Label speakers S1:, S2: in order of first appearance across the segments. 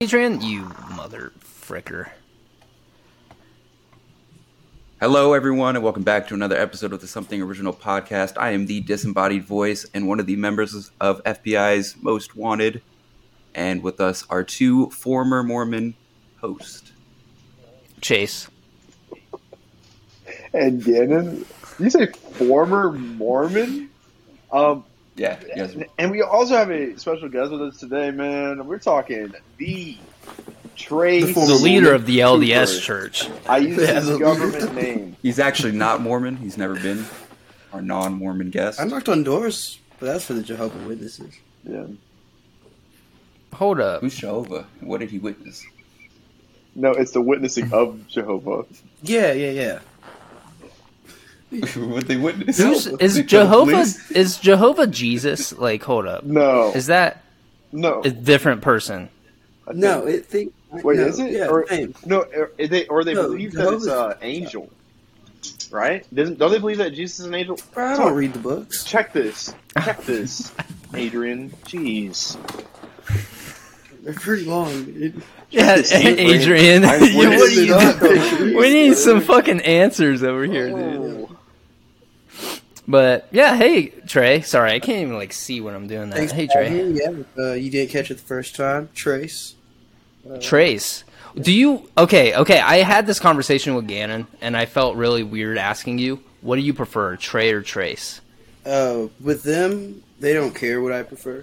S1: Adrian, you mother fricker.
S2: Hello, everyone, and welcome back to another episode of the Something Original podcast. I am the disembodied voice and one of the members of FBI's Most Wanted. And with us are two former Mormon hosts.
S1: Chase.
S3: And Gannon, you say former Mormon? Um,
S2: Yeah, yes.
S3: and we also have a special guest with us today, man. We're talking the Trace,
S4: The former
S1: The leader of the
S3: Cooper.
S1: LDS church.
S3: I used
S4: Yeah,
S3: his
S4: the-
S3: government name.
S2: He's actually not Mormon. He's never been our non Mormon guest.
S4: I knocked on doors, but that's for the Jehovah Witnesses.
S3: Yeah.
S1: Hold up.
S2: Who's Jehovah? What did he witness?
S3: No, it's the witnessing of Jehovah.
S4: Yeah, yeah, yeah.
S2: what they witness?
S1: Who's is
S2: The
S1: Jehovah
S2: police?
S1: is Jehovah Jesus? Like, hold up.
S3: No,
S1: Is that
S3: no,
S1: a different person?
S3: I
S4: No,
S3: think-
S4: it think.
S3: Wait,
S4: no,
S3: is it?
S4: Yeah,
S3: or,
S4: same.
S3: no, or or they or they
S4: No,
S3: believe
S4: Jehovah's-
S3: that it's an angel, right? Doesn't, don't they believe that Jesus is an angel? Sorry.
S4: I don't read the books.
S3: Check this. Check this, Adrian. Jeez.
S4: They're pretty long. dude.
S1: Yeah, Adrian.
S3: I
S1: you- what
S3: witnessed
S1: are you
S3: it up.
S1: doing? we need some fucking answers over here,
S3: Oh.
S1: dude. But yeah, hey Trey. Sorry, I can't even like see when I'm doing that.
S4: Thanks
S1: Hey
S4: for
S1: Trey.
S4: having me. Yeah, uh, you didn't catch it the first time. Trace.
S1: Trace. Do you okay, okay, I had this conversation with Gannon and I felt really weird asking you, what do you prefer, Trey or Trace?
S4: Uh, with them, they don't care what I prefer.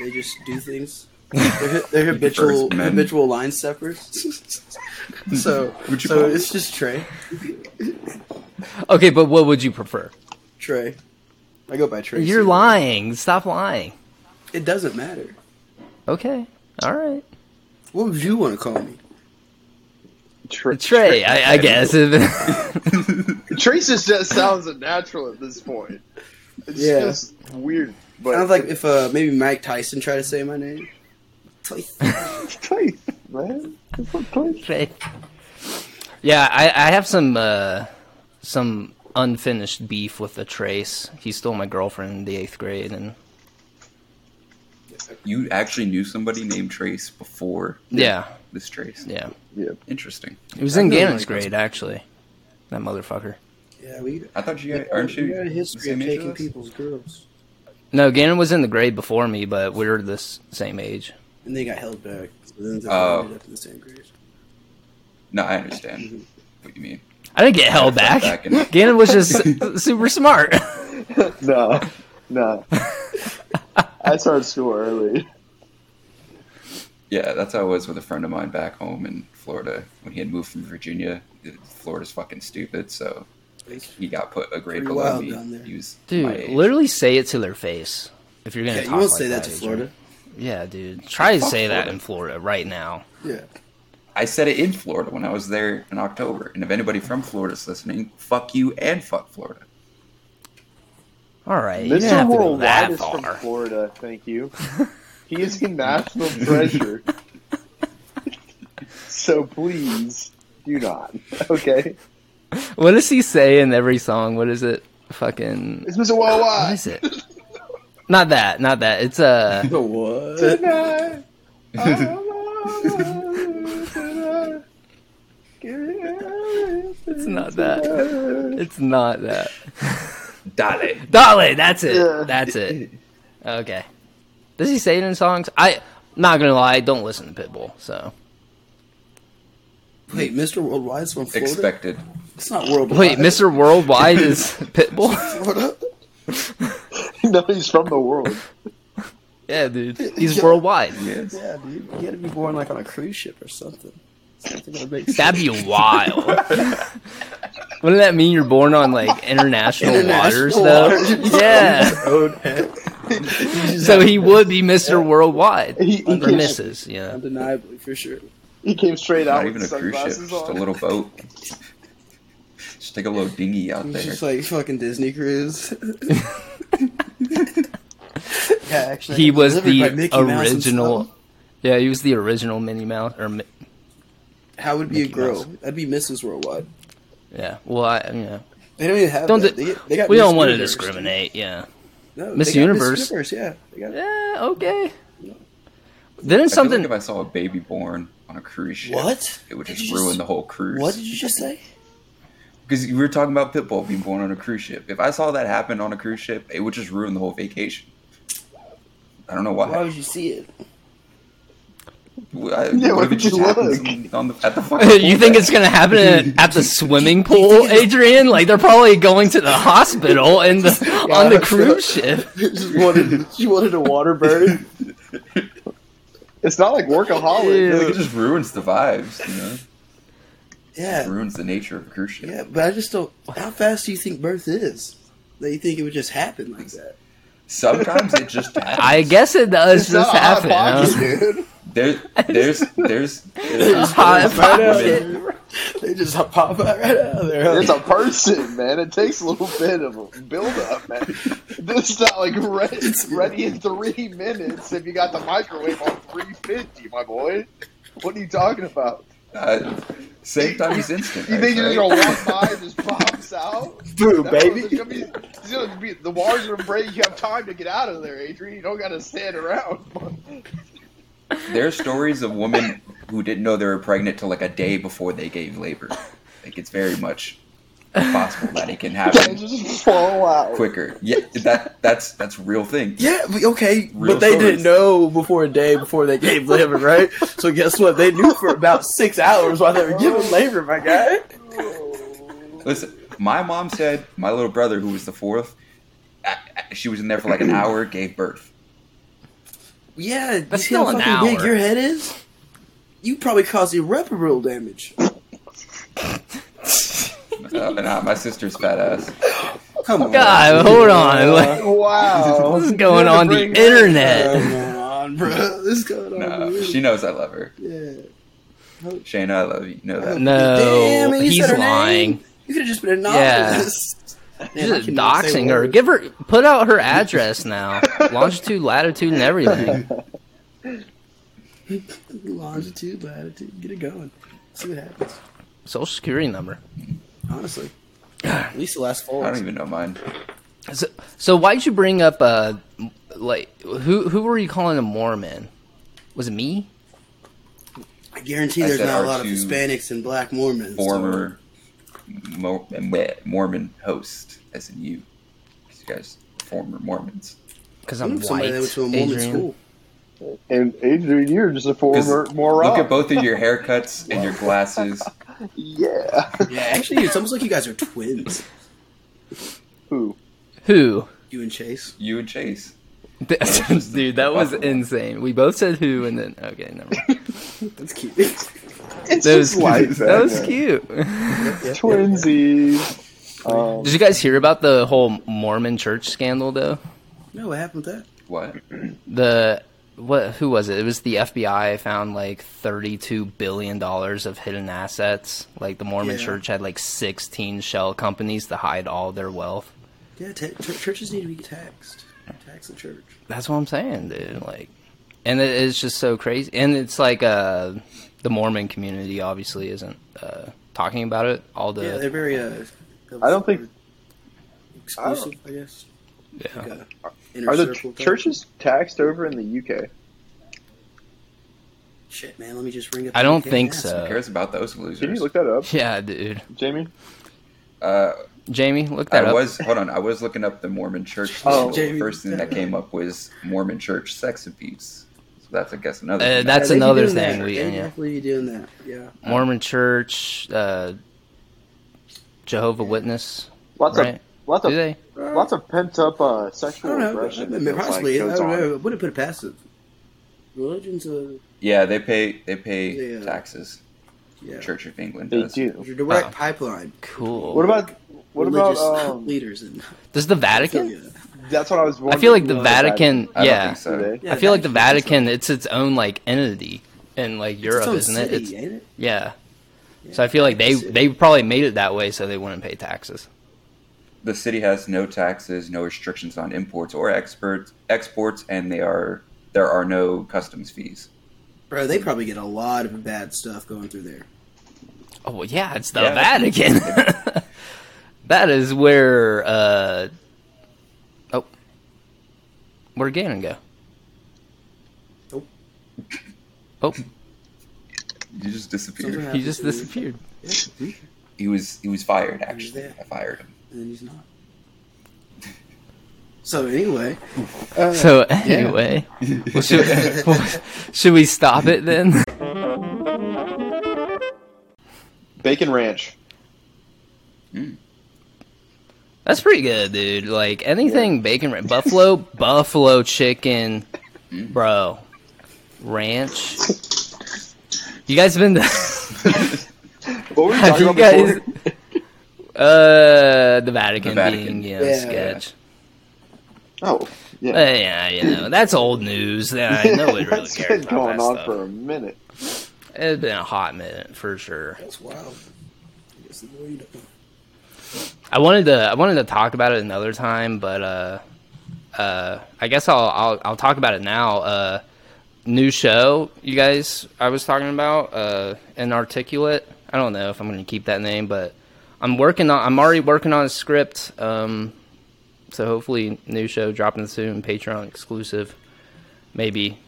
S4: They just do things. They're, they're habitual
S2: First men.
S4: habitual line steppers. so
S2: Would you
S4: so
S2: call-
S4: it's just Trey.
S1: Okay, but what would you prefer?
S4: Trey. I go by Trey.
S1: You're
S4: so-
S1: lying. Stop lying.
S4: It doesn't matter.
S1: Okay. All right.
S4: What would you want to call me?
S3: Tra-
S1: Trey, I, I guess.
S3: Trace just, just sounds unnatural at this point. It's
S4: Yeah.
S3: just weird. But
S4: Sounds like if uh, maybe Mike Tyson tried to say my name. Tyson.
S3: Trace, man. It's not Trace.
S1: Trey. Yeah, I, I have some uh, some unfinished beef with the Trace. He stole my girlfriend in the eighth grade and
S2: You actually knew somebody named Trace before
S1: Yeah.
S2: this Trace.
S1: Yeah.
S3: Yeah.
S2: Interesting.
S1: It was
S4: I
S1: in
S4: know
S1: Gannon's
S4: Mike.
S1: grade actually. That motherfucker.
S4: Yeah, we
S2: I thought you guys, aren't you?
S4: we got a history
S2: the
S4: of
S2: same age
S4: taking
S2: as us?
S4: people's girls,
S1: No, Gannon was in the grade before me, but we were this same age.
S4: and they got held back. So then they
S2: Oh.
S4: ended up in the same grade.
S2: No, I understand
S4: Mm-hmm.
S2: what you mean.
S1: I didn't get held
S2: Yeah,
S1: back.
S2: back in-
S1: Gannon was just su- super smart.
S3: No, no. I started school early.
S2: Yeah, that's how it was with a friend of mine back home in Florida when he had moved from Virginia. Florida's fucking stupid, so he got put a grade
S4: Pretty
S2: below
S4: wild
S2: me.
S4: down there.
S2: He was my
S1: Dude,
S2: age.
S1: literally say it to their face if you're gonna.
S4: Yeah, you
S1: talk
S4: won't
S1: like
S4: say that to
S1: Adrian.
S4: Florida.
S1: Yeah, dude, try to
S2: Fuck
S1: say that
S2: Florida.
S1: in Florida right now.
S4: Yeah,
S2: I said it in Florida when I was there in October. And if anybody from Florida's listening, fuck you and fuck Florida.
S1: All right, you didn't
S3: Mr.
S1: have to go
S3: Worldwide
S1: that
S3: is from
S1: far.
S3: Florida. Thank you. He is a national treasure. so please do not. Okay.
S1: What does he say in every song? What is it? Fucking.
S3: It's Mr.
S1: What
S3: Worldwide.
S1: is it? Not that. Not that. It's uh,
S4: the what?
S3: Tonight, I want tonight. Give it
S1: It's not that.
S3: everything.
S1: It's not that.
S2: Dale.
S1: Dolly, that's it.
S3: Yeah.
S1: That's it. Okay. Does he say it in songs? I not gonna lie, I don't listen to Pitbull, so
S4: Wait, Mr. Worldwide's from Florida.
S2: Expected.
S4: It's not worldwide.
S1: wait, Mr. Worldwide is Pitbull?
S4: Florida.
S3: No, he's from the world.
S1: yeah, dude. He's worldwide.
S2: Yes.
S4: Yeah, dude, you got to be born like on a cruise ship or something. Something that makes
S1: That'd be wild. Wouldn't that mean you're born on like international, waters
S4: International
S1: though?
S4: waters.
S1: Yeah.
S4: Oh, heck,
S1: So he would be Mr. Worldwide.
S3: He, he,
S1: Or
S3: came,
S1: Mrs., you know.
S4: undeniably for sure.
S3: he came straight out
S2: Not even
S3: with
S2: a cruise ship,
S3: sunglasses
S2: just
S3: on.
S2: a little boat. just take a little dinghy out
S4: It's
S2: there.
S4: just like fucking Disney cruise. yeah, actually,
S1: He
S4: it
S1: was
S4: delivered by
S1: the
S4: Mickey Mouse and
S1: original
S4: stuff.
S1: Yeah, he was the original Minnie Mouse or Mi-
S4: How would be a
S1: Mickey
S4: girl?
S1: Mouse.
S4: That'd be Mrs. Worldwide.
S1: yeah. Well I you know
S4: They don't even have.
S1: Don't di-
S4: that. They get- they got
S1: we
S4: Miss
S1: don't want to
S4: Universe, dude.
S1: discriminate. Yeah.
S4: No,
S1: Miss
S4: they got
S1: Universe.
S4: Miss Universe, yeah. They got-
S1: Yeah. Okay. Didn't
S2: I feel like
S1: something?
S2: if I saw a baby born on a cruise ship,
S4: What?
S2: It would
S4: Did
S2: just
S4: you
S2: ruin the whole cruise.
S4: What did you just say?
S2: Because we were talking about Pitbull being born on a cruise ship. If I saw that happen on a cruise ship, it would just ruin the whole vacation. I don't know why.
S4: Why would you see it?
S2: I-
S3: Yeah,
S2: what
S3: why
S2: if it
S3: would
S2: just
S3: you
S2: happens
S3: look?
S2: on the, at the final
S1: you think
S2: pullback?
S1: it's gonna happen at, at the swimming pool, Adrian? Like they're probably going to the hospital and the, on the
S4: Yeah,
S1: cruise ship.
S4: just wanted, she wanted a water bird.
S3: It's not like workaholic.
S2: I feel like it just ruins the vibes, you know? It
S4: Yeah,
S2: ruins the nature of a cruise ship.
S4: yeah, but I just don't. How fast do you think birth is? That you think it would just happen like that?
S2: Sometimes it just happens.
S1: I guess it does
S3: It's
S1: just
S3: not a hot
S1: happen.
S3: pocket,
S1: huh?
S3: dude.
S2: There, there's, there's, there's,
S1: Hot
S4: Right out
S1: pocket.
S4: there. They just pop out right out of there.
S3: It's a person, man. It takes a little bit of a build up, man. This is not like ready, ready in three minutes if you got the microwave on 350, my boy. What are you talking about?
S2: uh, same time is instant.
S3: You think you're just
S2: right?
S3: gonna walk by and just pops out?
S4: Boo,
S3: That person's
S4: baby.
S3: Gonna be, it's gonna be, the walls are gonna break. You have time to get out of there, Adrian. You don't gotta stand around.
S2: There are stories of women who didn't know they were pregnant till like a day before they gave labor. Like it's very much possible that it can happen
S3: just fall out.
S2: quicker. Yeah, that that's that's a real thing.
S4: Yeah, but- okay,
S2: Real
S4: but they
S2: stories.
S4: didn't know before a day before they gave labor, right? so guess what? They knew for about six hours while they were giving labor, my guy.
S2: Listen, my mom said my little brother, who was the fourth, I- I- she was in there for like an hour, gave birth.
S4: Yeah,
S1: That's
S4: you see how
S1: still an
S4: fucking big
S1: hour.
S4: your head is. You probably caused irreparable damage.
S2: Uh, nah, my sister's fat ass.
S4: Come on,
S1: God, hold on. Like,
S3: Wow.
S1: what's going
S3: to
S1: on the
S3: bring that
S1: internet?
S4: Come on, bro. This is going on.
S2: Nah,
S4: dude.
S2: uh, she knows I love her.
S4: Yeah.
S2: Shayna, I love you. You know that.
S1: No,
S4: Damn, you said
S1: he's
S4: her name.
S1: lying.
S4: You could have just been anonymous. Man, I
S1: You're just
S4: can never say
S1: doxing her.
S4: words.
S1: Give her, put out her address now. Longitude, latitude, and everything.
S4: longitude, latitude. Get it going. See what happens.
S1: Social security number.
S4: Honestly, at least the last four.
S2: I don't even know mine.
S1: So, so why'd you bring up uh, like who who were you calling a Mormon? Was it me?
S4: I guarantee
S2: I
S4: there's
S2: said
S4: not a
S2: our
S4: lot of
S2: two
S4: Hispanics and Black Mormons.
S2: former Mo- Mormon host, as in you. 'Cause You guys, are former Mormons.
S1: Because
S4: I
S1: I'm
S4: know somebody
S1: white.
S4: that went to a Mormon
S1: Adrian.
S4: school.
S3: And Adrian, you're just a
S2: 'Cause
S3: former moron.
S2: Look at both of your haircuts and your glasses.
S3: Yeah.
S4: Yeah, actually, it's almost like you guys are twins.
S3: Who?
S1: Who?
S4: You and Chase.
S2: You and Chase.
S1: Dude, that was insane. We both said who, and then okay, never. Mind.
S4: That's cute.
S3: It's
S1: That
S3: just
S1: was
S3: like
S1: cute. That was cute.
S3: Twinsies. Um,
S1: Did you guys hear about the whole Mormon church scandal though?
S4: No, what happened with that?
S2: What?
S1: The what? Who was it? It was the FBI found like thirty-two billion dollars of hidden assets. Like the Mormon
S4: Yeah.
S1: church had like sixteen shell companies to hide all their wealth.
S4: Yeah, ta chur- churches need to be taxed. Tax the church.
S1: That's what I'm saying, dude. Like, and it is just so crazy. And it's like uh, the Mormon community obviously isn't uh, talking about it. All the
S4: Yeah, they're very. Uh,
S3: I don't think.
S4: exclusive. I, guess.
S1: yeah.
S4: Like a inner
S3: Are the
S4: circle type.
S3: churches taxed over in the UK?
S4: Shit, man. Let me just ring up.
S1: I
S4: the
S1: don't
S4: fucking
S1: think
S4: ass.
S2: Who
S1: so.
S2: cares about those losers?
S3: Can you look that up,
S1: Yeah, dude.
S3: Jamie?
S2: uh,
S1: Jamie, look that
S2: I
S1: up.
S2: was hold on. I was looking up the Mormon Church.
S3: Oh.
S2: the first thing that came up was Mormon Church sex abuse. So that's I guess another.
S1: Uh,
S2: thing.
S1: that's
S4: Yeah, they be
S1: another
S4: doing
S1: thing
S4: That.
S1: we-
S4: they
S1: yeah.
S4: definitely be doing that. Yeah.
S1: Mormon Church, uh, Jehovah Witness,
S3: Lots
S1: right?
S3: of lots
S1: Do
S3: of
S1: they?
S3: lots of pent up uh,
S4: I
S3: sexual
S4: don't know.
S3: aggression.
S4: I mean,
S3: that, like,
S4: possibly. I
S3: goes
S4: don't
S3: on.
S4: know. I wouldn't put it passive. Religions, uh,
S2: yeah, they pay they pay
S4: Yeah.
S2: taxes.
S4: yeah.
S2: Church of England.
S3: They
S2: does.
S3: do.
S4: There's a direct
S1: Oh.
S4: pipeline.
S1: Cool.
S3: What about what about
S4: religious
S3: um,
S4: leaders and
S1: Does the Vatican?
S4: Yeah.
S3: That's what I was.
S1: I
S3: Wondering
S1: feel like the
S3: about
S1: Vatican.
S2: I
S1: yeah,
S2: Don't think so.
S3: today.
S4: Yeah,
S1: I feel like the
S4: Vatican's
S1: Vatican. It's its own like entity in like
S4: its
S1: Europe,
S4: own
S1: isn't
S4: city,
S1: it? It's,
S4: ain't it?
S1: yeah. So I feel like they
S4: City.
S1: they probably made it that way so they wouldn't pay taxes.
S2: the city has no taxes, no restrictions on imports or exports, exports, and they are there are no customs fees.
S4: Bro, they probably get a lot of bad stuff going through there.
S1: Oh well, yeah, it's the
S2: Yeah.
S1: Vatican. That is where uh oh where did Gannon go?
S4: Oh.
S1: Oh,
S2: You just
S4: Something
S2: disappeared.
S1: he
S4: happened
S1: just
S4: to me.
S1: disappeared.
S4: Yeah,
S2: He was he was fired. Actually, I fired him.
S4: and then he's not. So anyway, uh,
S1: So anyway, well, should, should we stop it then?
S3: Bacon ranch.
S1: That's pretty good, dude. Like anything bacon, ra- buffalo, buffalo chicken, bro, ranch. You guys been to
S3: What were we
S1: Have
S3: talking
S1: you
S3: about before?
S1: guys? Uh, the Vatican,
S2: The Vatican.
S1: being you know,
S4: Yeah.
S1: sketch.
S3: Oh, yeah.
S1: Uh, yeah, you know that's old news. Yeah, I know it really
S3: That's
S1: cares
S3: been
S1: about
S3: going
S1: that
S3: on
S1: stuff.
S3: for a minute.
S1: It's been a hot minute for sure.
S4: that's wild. I guess the more you know.
S1: I wanted to I wanted to talk about it another time, but uh, uh, I guess I'll, I'll I'll talk about it now. Uh, new show you guys I was talking about uh, inarticulate. I don't know if I'm going to keep that name, but I'm working on I'm already working on a script. Um, so hopefully new show dropping soon, Patreon exclusive. Maybe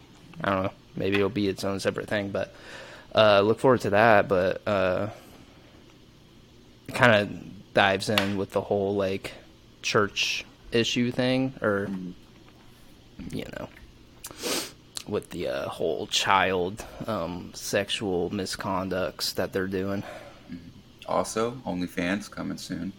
S1: I don't know. Maybe it'll be its own separate thing, but uh, look forward to that. But uh, kind of dives in with the whole like church issue thing or you know with the uh, whole child um, sexual misconducts that they're doing
S2: Also, OnlyFans coming soon.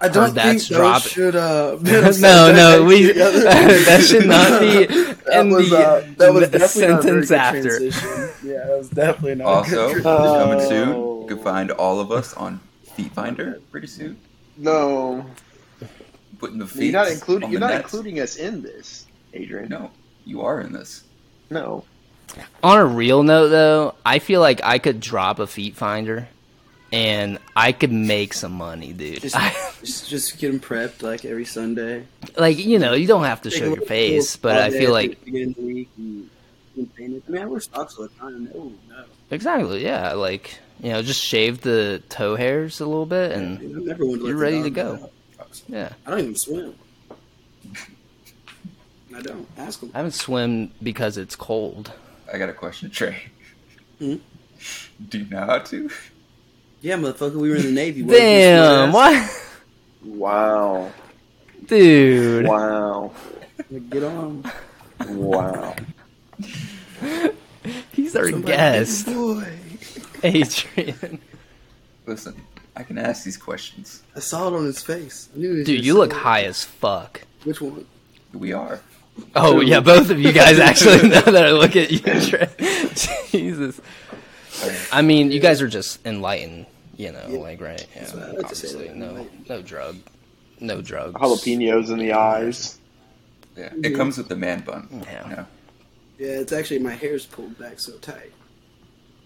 S4: I don't think
S1: that's
S4: those
S1: drop-
S4: should. Uh,
S1: no no we that should not be
S4: That
S1: in
S4: was,
S1: the,
S4: uh, that was
S1: the
S4: definitely not a very
S1: sentence
S4: good
S1: after
S4: transition. Yeah, that was definitely not.
S2: Also,
S4: a good transition.
S2: coming soon.
S3: Oh.
S2: You can find all of us on Feet Finder pretty soon.
S3: No,
S2: Putting the feet.
S3: you're not including.
S2: on
S3: You're
S2: the
S3: not
S2: nets.
S3: including us in this, Adrian.
S2: No, you are in this.
S3: no.
S1: on a real note though i feel like i could drop a feet finder and i could make some money dude
S4: Just, just, just get 'em prepped like every Sunday.
S1: like you know you don't have to show
S4: Take a
S1: your
S4: little
S1: face
S4: pool
S1: but i
S4: Sunday
S1: feel
S4: at
S1: like
S4: the beginning of the week and- and paint it. I mean, I wear socks all the time. Oh no,
S1: Exactly. Yeah. Like you know, just shave the toe hairs a little bit,
S4: I
S1: and
S4: never wanted to let
S1: You're
S4: the
S1: ready to
S4: dog
S1: go.
S4: out.
S1: yeah,
S4: I don't even swim. I don't ask them.
S1: I haven't swim because it's cold.
S2: I got a question, Trey.
S4: Hmm?
S2: Do you know how to?
S4: Yeah, motherfucker, we were in the Navy. What if we
S1: Damn.
S4: swim?
S1: What,
S3: Wow.
S1: dude?
S3: Wow.
S4: Get on.
S3: Wow.
S1: He's our
S4: Somebody
S1: guest,
S4: get the Boy.
S1: Adrian.
S2: Listen, I can ask these questions.
S4: I saw it on his face. I knew he was
S1: Dude,
S4: gonna
S1: you
S4: say
S1: look
S4: it.
S1: high as fuck.
S4: Which one?
S2: We are.
S1: Oh yeah, both of you guys actually. Now that I look at you, Trey. Jesus. I mean, you guys are just enlightened. You know, like right? Yeah.
S4: what I like to say,
S1: Obviously,
S4: like,
S1: no, no drug, no drugs.
S3: Jalapenos in the eyes.
S2: Yeah, it comes with the man bun.
S1: Yeah.
S2: No.
S4: Yeah, it's actually my hair's pulled back so tight.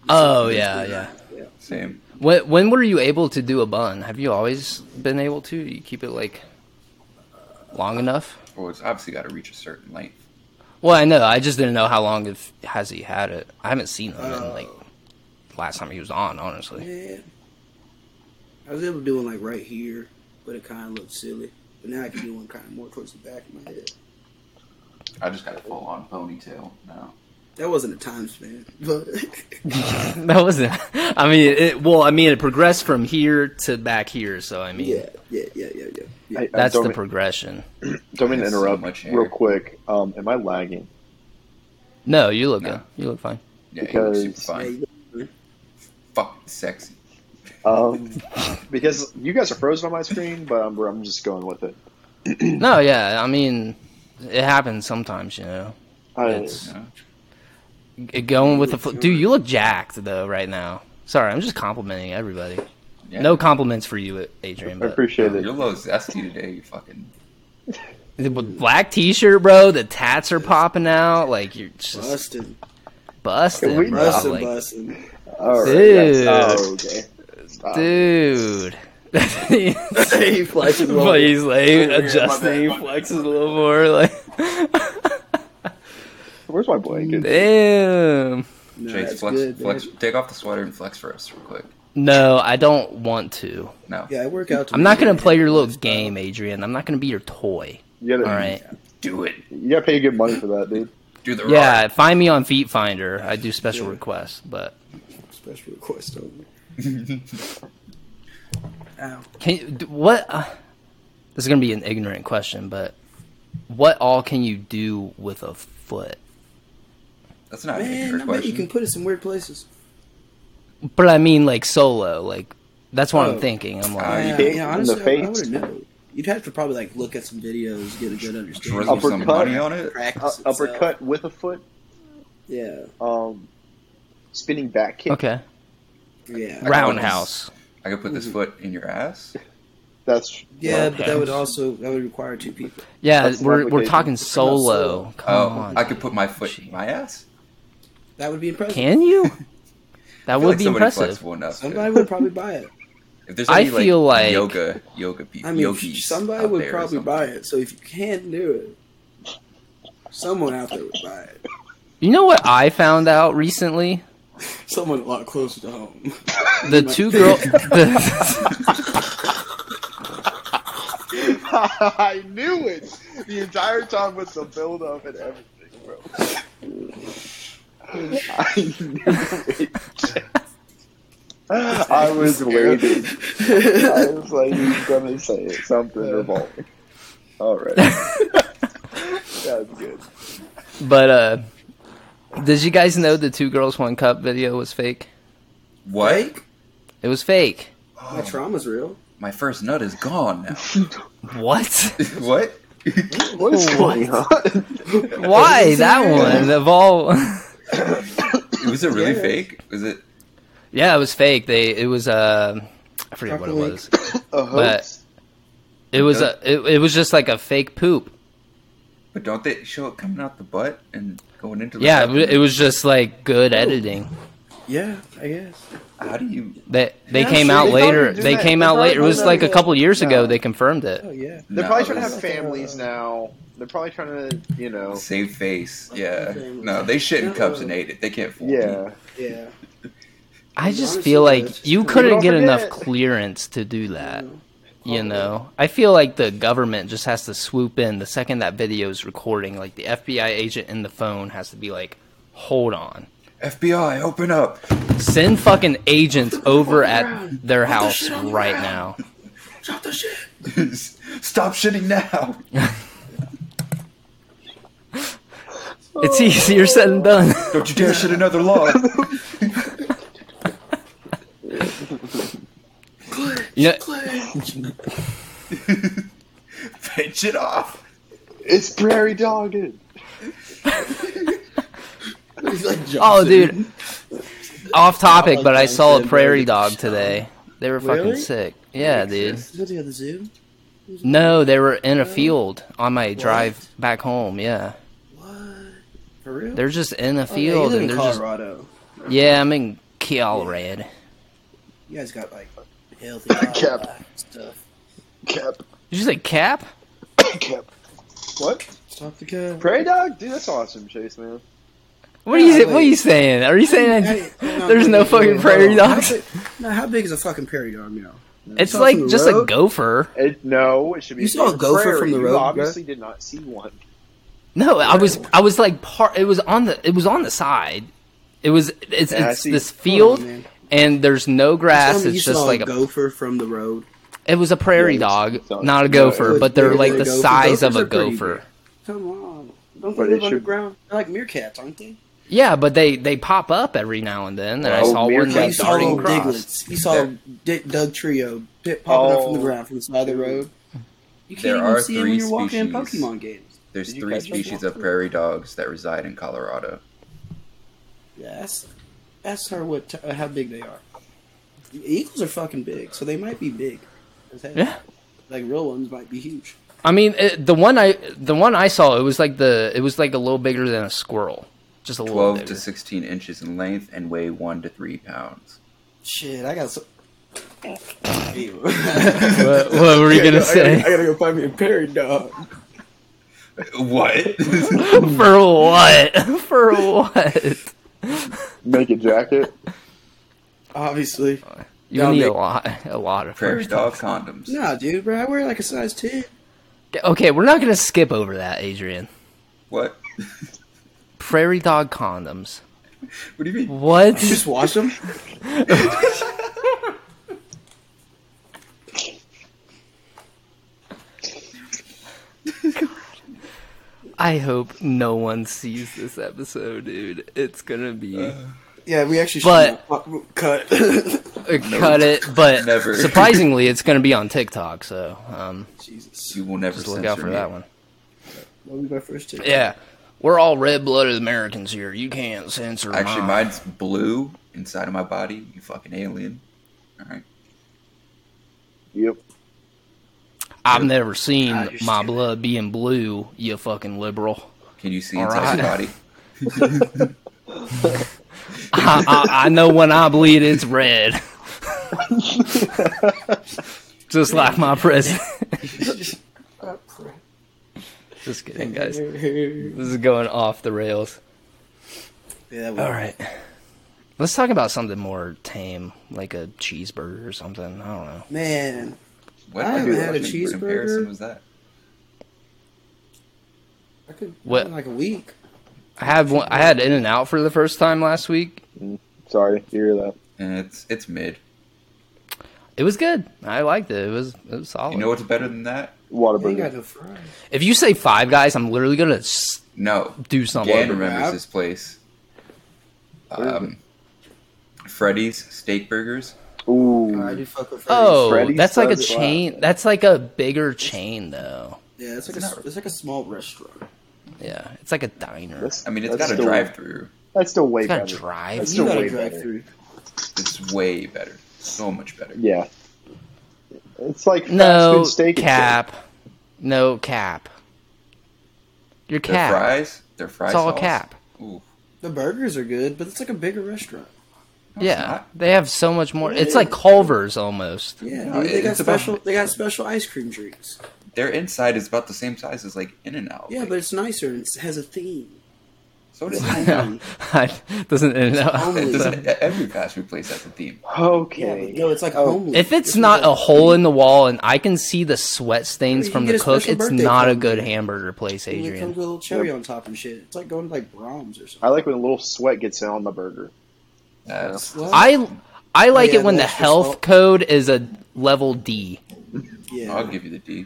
S1: Oh yeah, yeah.
S4: Yeah.
S2: Same.
S1: When, when were you able to do a bun? Have you always been able to? You keep it like long enough?
S2: Well, it's obviously got to reach a certain length.
S1: Well, I know. I just didn't know how long if, has he had it. I haven't seen him in like
S4: Oh.
S1: last time he was on. Honestly,
S4: Yeah. I was able to do one like right here, but it kind of looked silly. But now I can do one kind of more towards the back of my head.
S2: I just got a full on ponytail now.
S4: That wasn't a time span, but
S1: that wasn't. I mean, it, well, I mean, it progressed from here to back here. So I mean,
S4: yeah, yeah, yeah, yeah, yeah. yeah.
S3: I- I
S1: that's
S3: don't
S1: the
S3: mean-
S1: progression.
S3: Don't mean to
S2: There's so
S3: interrupt
S2: much hair.
S3: real quick. Um, am I lagging?
S1: No, you look
S2: No.
S1: good. You look fine.
S2: Yeah, you look super
S3: Because-
S4: Yeah,
S2: fine.
S4: you look-
S2: Fucking sexy.
S3: Um, because you guys are frozen on my screen, but I'm, I'm just going with it.
S1: No, yeah. I mean, it happens sometimes. You know,
S3: I,
S1: It's-
S2: you know?
S1: G- going with the fl-
S4: Sure.
S1: dude. You look jacked though right now. Sorry, I'm just complimenting everybody.
S2: Yeah.
S1: No compliments for you, Adrian.
S3: I
S1: But
S3: appreciate
S2: You're
S3: it.
S2: a little zesty today, you fucking.
S1: the b- black T-shirt, bro. The tats are popping out. Like you're just
S4: Bustin',
S1: busting,
S3: Can we
S1: bro.
S4: bustin',
S3: not,
S1: Like,
S4: bustin'.
S3: All right.
S1: Dude.
S3: guys. Oh, okay. Stop.
S1: dude.
S4: he flashes well.
S1: but he's like
S2: my
S1: adjusting,
S2: bad, my
S1: flexes a little more. Like,
S3: Where's my blanket?
S1: damn.
S4: No,
S2: Jake's
S4: that's
S2: flex,
S4: good,
S2: flex,
S4: man.
S2: take off the sweater and flex for us real quick.
S1: No, I don't want to.
S2: No.
S4: Yeah, I work out. To
S1: I'm not
S4: be
S1: going
S4: a-
S1: to play your little game, Adrian. I'm not going to be your toy.
S3: You gotta,
S1: All right.
S2: Do it.
S3: You gotta pay good money for that, dude.
S2: Do the
S1: Yeah, find me on Feet Finder. I do special
S4: Yeah.
S1: requests, but
S4: Special request only. Ow.
S1: can you, d- what? Uh, this is going to be an ignorant question, but what all can you do with a foot?
S2: That's not a
S4: Man,
S2: fair
S4: I bet you
S2: question.
S4: can put it some weird places.
S1: But I mean, like solo. Like that's what I'm
S4: Oh.
S1: thinking. I'm
S2: Uh,
S1: like,
S4: Yeah,
S3: kick
S4: yeah,
S3: in the
S4: honestly, I, I
S3: face.
S4: would know. You'd have to probably like look at some videos, get a good understanding.
S2: Drizzle some
S3: Uppercut.
S2: money on it.
S3: Uh,
S4: Practice itself.
S3: uppercut with a foot,
S4: Yeah,
S3: um, spinning back kick.
S1: okay,
S4: yeah,
S2: Right.
S1: roundhouse.
S2: I could put this foot in your ass.
S3: That's
S4: yeah.
S1: Okay.
S4: But that would also that would require two people.
S1: Yeah,
S3: That's an
S1: we're we're
S3: application.
S1: talking
S4: about
S1: solo.
S4: solo.
S1: Come
S2: Oh,
S1: on,
S2: I could put my foot in my ass.
S4: That would be impressive.
S1: can you? That
S2: I feel
S1: would
S2: like
S1: be
S2: somebody
S1: impressive.
S2: Flexible enough to-
S4: Somebody would probably buy it.
S2: if there's
S1: I
S2: any,
S1: feel like-
S2: yoga, yoga people,
S4: I mean,
S2: yogis
S4: somebody
S2: out
S4: would
S2: there or
S4: probably
S2: something.
S4: buy it. So if you can't do it, someone out there would buy it.
S1: You know what I found out recently?
S4: Someone a lot closer to home.
S1: The two girl. The,
S3: I knew it the entire time with the build up and everything, bro. I knew it. I was waiting. I was like, he's gonna say it. something revolting. All right, that's good.
S1: but uh, did you guys know the two girls one cup video was fake?
S2: What?
S1: It was fake.
S4: My trauma's real.
S2: My first nut is gone now.
S1: What?
S2: what?
S3: What is going on?
S1: Why that one of all?
S2: Was it really
S4: Yeah.
S2: fake? Was it?
S1: yeah, it was fake. They it was uh, I forget what it
S4: Properly.
S1: was.
S3: A hoax?
S1: It was a it, it was just like a fake poop.
S2: But don't they show it coming out the butt and going into the?
S1: Yeah, it,
S2: rectum?
S1: wa- it was just like good editing.
S4: Yeah, I guess.
S2: How do you?
S1: They they
S4: Yeah,
S1: came
S4: sure,
S1: out
S3: they
S1: later.
S3: probably do
S1: They
S3: that.
S1: came
S3: They
S1: out
S3: probably
S1: later. It
S3: do
S1: was
S3: that
S1: like a
S3: again.
S1: couple years ago.
S3: No.
S1: They confirmed it.
S4: Oh yeah.
S3: They're
S2: No,
S3: probably
S2: it
S3: trying to
S2: was
S3: have families now. They're probably trying to, you know,
S2: Save face. Yeah.
S4: Okay.
S2: No, they shit in cups
S4: No.
S2: and ate it. They can't fool me.
S3: yeah.
S4: Yeah.
S1: I
S4: Honestly,
S1: just feel like
S4: that's
S1: you
S4: true.
S1: couldn't
S3: Don't
S1: get enough
S3: forget.
S1: clearance to do that. You know, I feel like the government just has to swoop in the second that video is recording. Like the FBI agent in the phone has to be like, "Hold on,
S2: FBI, open up.
S1: send fucking agents over at their house right now."
S4: Drop the shit.
S2: Stop shitting now.
S1: It's easier said than done.
S2: Don't you dare shit another log.
S1: You know-
S2: Pinch it off.
S3: It's prairie dogged.
S1: Oh, dude. Off topic, but I
S4: like
S1: saw a
S4: that
S1: prairie
S4: bird.
S1: dog today. They were fucking
S4: Really?
S1: sick. Yeah, dude.
S4: Is that the other zoo?
S1: No, they were in a field on my drive back home. Yeah,
S4: What? For real?
S1: they're just in a
S4: Oh, yeah, you
S1: field
S4: live
S1: and
S4: in
S1: they're just.
S4: Colorado.
S1: Yeah, I'm in Colorado.
S4: You guys got like healthy
S3: Cap.
S4: stuff.
S3: Cap.
S1: Did you say cap?
S3: Cap. What?
S4: Stop the cap.
S3: Prairie dog? Dude, that's awesome, Chase, man.
S1: What are you?
S4: Yeah,
S1: say- What are
S4: like-
S1: you saying? Are you saying
S4: Hey,
S1: that
S4: no,
S1: there's no
S4: wait,
S1: fucking
S4: wait,
S1: prairie
S4: hold on. How
S1: dogs?
S4: big- No, how big is a fucking prairie dog now?
S1: It's
S4: Off
S1: like
S4: the
S1: just a
S4: road?
S1: gopher.
S3: It, no, it should be.
S4: You saw a gopher
S3: prairie.
S4: from the
S3: You
S4: road,
S3: obviously did not see one.
S1: No, I was. I was like part. It was on the. It was on the side. It was. It's,
S3: Yeah, I
S1: it's
S3: see.
S1: this
S4: Hold
S1: field,
S4: on, man.
S1: and there's no
S4: Tell
S1: grass.
S4: me you
S1: It's just
S4: saw
S1: like
S4: a
S1: a
S4: gopher from the road.
S1: It was a prairie
S3: Yeah,
S1: dog,
S3: it's- it's-
S1: not a
S3: no,
S1: gopher,
S4: it's
S1: but they're
S4: bigger
S1: like
S4: than
S1: the
S4: a gopher.
S1: size of
S4: Gophers
S1: a
S4: are pretty
S1: gopher.
S4: Come on, don't
S3: But
S4: they
S3: it
S4: live
S3: should-
S4: underground? They're like meerkats, aren't they?
S1: Yeah, but they they pop up every now and then, and I
S3: Oh,
S1: saw one
S3: meerkats
S4: You
S1: like
S3: are
S4: saw
S1: darting
S4: little
S1: across.
S4: diglets. You saw
S2: There-
S4: Dick Doug Trio dip popping up from the
S3: Oh.
S4: ground from the side of the road. You
S2: There
S4: can't
S2: are
S4: even see them when
S2: three
S4: you're walking in
S2: species.
S4: Pokemon games.
S2: There's
S3: Did you
S2: three
S3: catch those
S2: species of
S3: ones?
S2: prairie dogs that reside in Colorado.
S4: Yeah, that's that's her what t- uh, how big they are. Eagles are fucking big, so they might be big. as hell.
S1: Yeah,
S4: like real ones might be huge.
S1: I mean it, the one I the one I saw it was like the it was like a little bigger than a squirrel, just a little
S2: 12
S1: bigger.
S2: to 16 inches in length and weigh 1 to 3 pounds.
S4: Shit, I got so. Ew.
S1: What, what were you gonna
S4: I
S1: say?
S4: gotta, go find me a prairie dog.
S2: What?
S1: For what? For what?
S3: Make a jacket.
S4: Obviously,
S1: You
S4: No,
S1: need
S4: they-
S1: a lot, a lot of
S2: Prairie
S1: prairie
S2: dog condoms.
S4: Nah, dude, bro, I wear like a size two.
S1: Okay, we're not gonna skip over that, Adrian.
S2: What?
S1: Prairie dog condoms.
S2: What do you mean?
S1: What?
S4: You just wash them.
S1: I hope no one sees this episode, dude. It's gonna be
S2: Uh,
S4: Yeah, we actually should
S1: But-
S4: not cut.
S1: Uh, cut it, but
S2: Never.
S1: surprisingly, it's gonna be on TikTok. So um,
S4: Jesus,
S2: You will never
S1: just look out
S2: censor
S1: for
S2: me.
S1: that one.
S4: what we go first? Too?
S1: Yeah, we're all red-blooded Americans here. You can't censor.
S2: Actually,
S1: mine.
S2: mine's blue inside of my body. You fucking alien. All right.
S3: Yep.
S1: I've never seen
S4: God, you're
S1: my
S4: stupid.
S1: blood being blue. You fucking liberal.
S2: Can you see
S1: All
S2: inside your
S1: right.
S2: body?
S1: I, I, I know when I bleed, it's red. Just like my president. Just kidding, guys. This
S4: Oh, yeah,
S1: is going off the rails.
S4: well,
S1: All right. Let's talk about something more tame, like a cheeseburger or something. I don't know.
S4: man.
S2: What
S4: I haven't
S2: fucking
S4: had a
S2: comparison
S4: cheeseburger.
S2: was that?
S4: I could
S1: What-
S4: what? like a week.
S1: I had one, I had In and Out for the first time last week.
S3: Sorry to hear that.
S2: And it's it's mid.
S1: It was good. I liked it. It was it was solid.
S2: You know what's better than that?
S4: You ain't
S3: Whataburger.
S4: got no fries.
S1: if you say Five Guys, I'm literally gonna s-
S2: No.
S1: do something.
S2: Dan
S4: Wrap?
S2: remembers this place.
S3: is it?
S2: Um, Freddy's Steak Burgers.
S4: I
S3: Ooh.
S4: do fuck with fries.
S1: Oh,
S3: Freddy's
S1: that's like a
S3: does it
S1: chain.
S3: live.
S1: That's like a bigger chain, though.
S4: yeah, it's like a it's like a small restaurant.
S1: Yeah, it's like a diner.
S3: That's-
S2: I mean, it's
S3: that's
S2: got a
S3: still-
S2: drive-through.
S3: That's still way
S1: It's got a
S3: better.
S1: drive-
S3: That's
S1: You
S4: You
S3: still
S4: got
S3: way
S4: a drive
S3: better.
S4: through.
S2: It's way better. So much better.
S3: Yeah. It's like
S1: No
S3: fast food steak and
S1: cap. No cap. Your
S2: Their
S1: cap.
S2: fries, their fries.
S1: It's all
S2: sauce.
S1: cap.
S2: Ooh,
S4: The burgers are good, but it's like a bigger restaurant.
S1: Yeah,
S2: not.
S1: they have so much more.
S4: It
S1: It's like
S4: is.
S1: Culver's almost.
S4: Yeah,
S2: No,
S4: dude, they
S2: it-
S4: got
S2: it's about-
S4: special. They got special ice cream drinks.
S2: their inside is about the same size as like In and Out.
S4: Yeah, but it's nicer and it has a theme.
S2: so does
S4: Homey.
S1: Doesn't it?
S2: it
S4: Homely.
S2: doesn't, e-, every fast food place has a theme.
S3: shit.
S4: Yeah,
S3: Okay.
S4: but no, it's like
S3: Oh.
S4: homely.
S1: If it's not
S4: like-
S1: a hole in the wall and I can see the sweat stains
S4: You
S1: from
S4: get
S1: the
S4: a
S1: cook, it's
S4: special birthday
S1: not a
S4: card.
S1: good hamburger place,
S4: and It comes
S1: Adrian.
S4: with a little cherry on top and shit. It's like going to like Brahms or
S3: I
S4: something.
S3: like when a little sweat gets on the burger.
S2: That's-
S4: What?
S1: I I like
S4: Oh, yeah,
S1: it when
S4: the
S1: the
S4: extra
S1: health
S4: salt.
S1: code is a level D.
S4: yeah.
S2: I'll give you the D.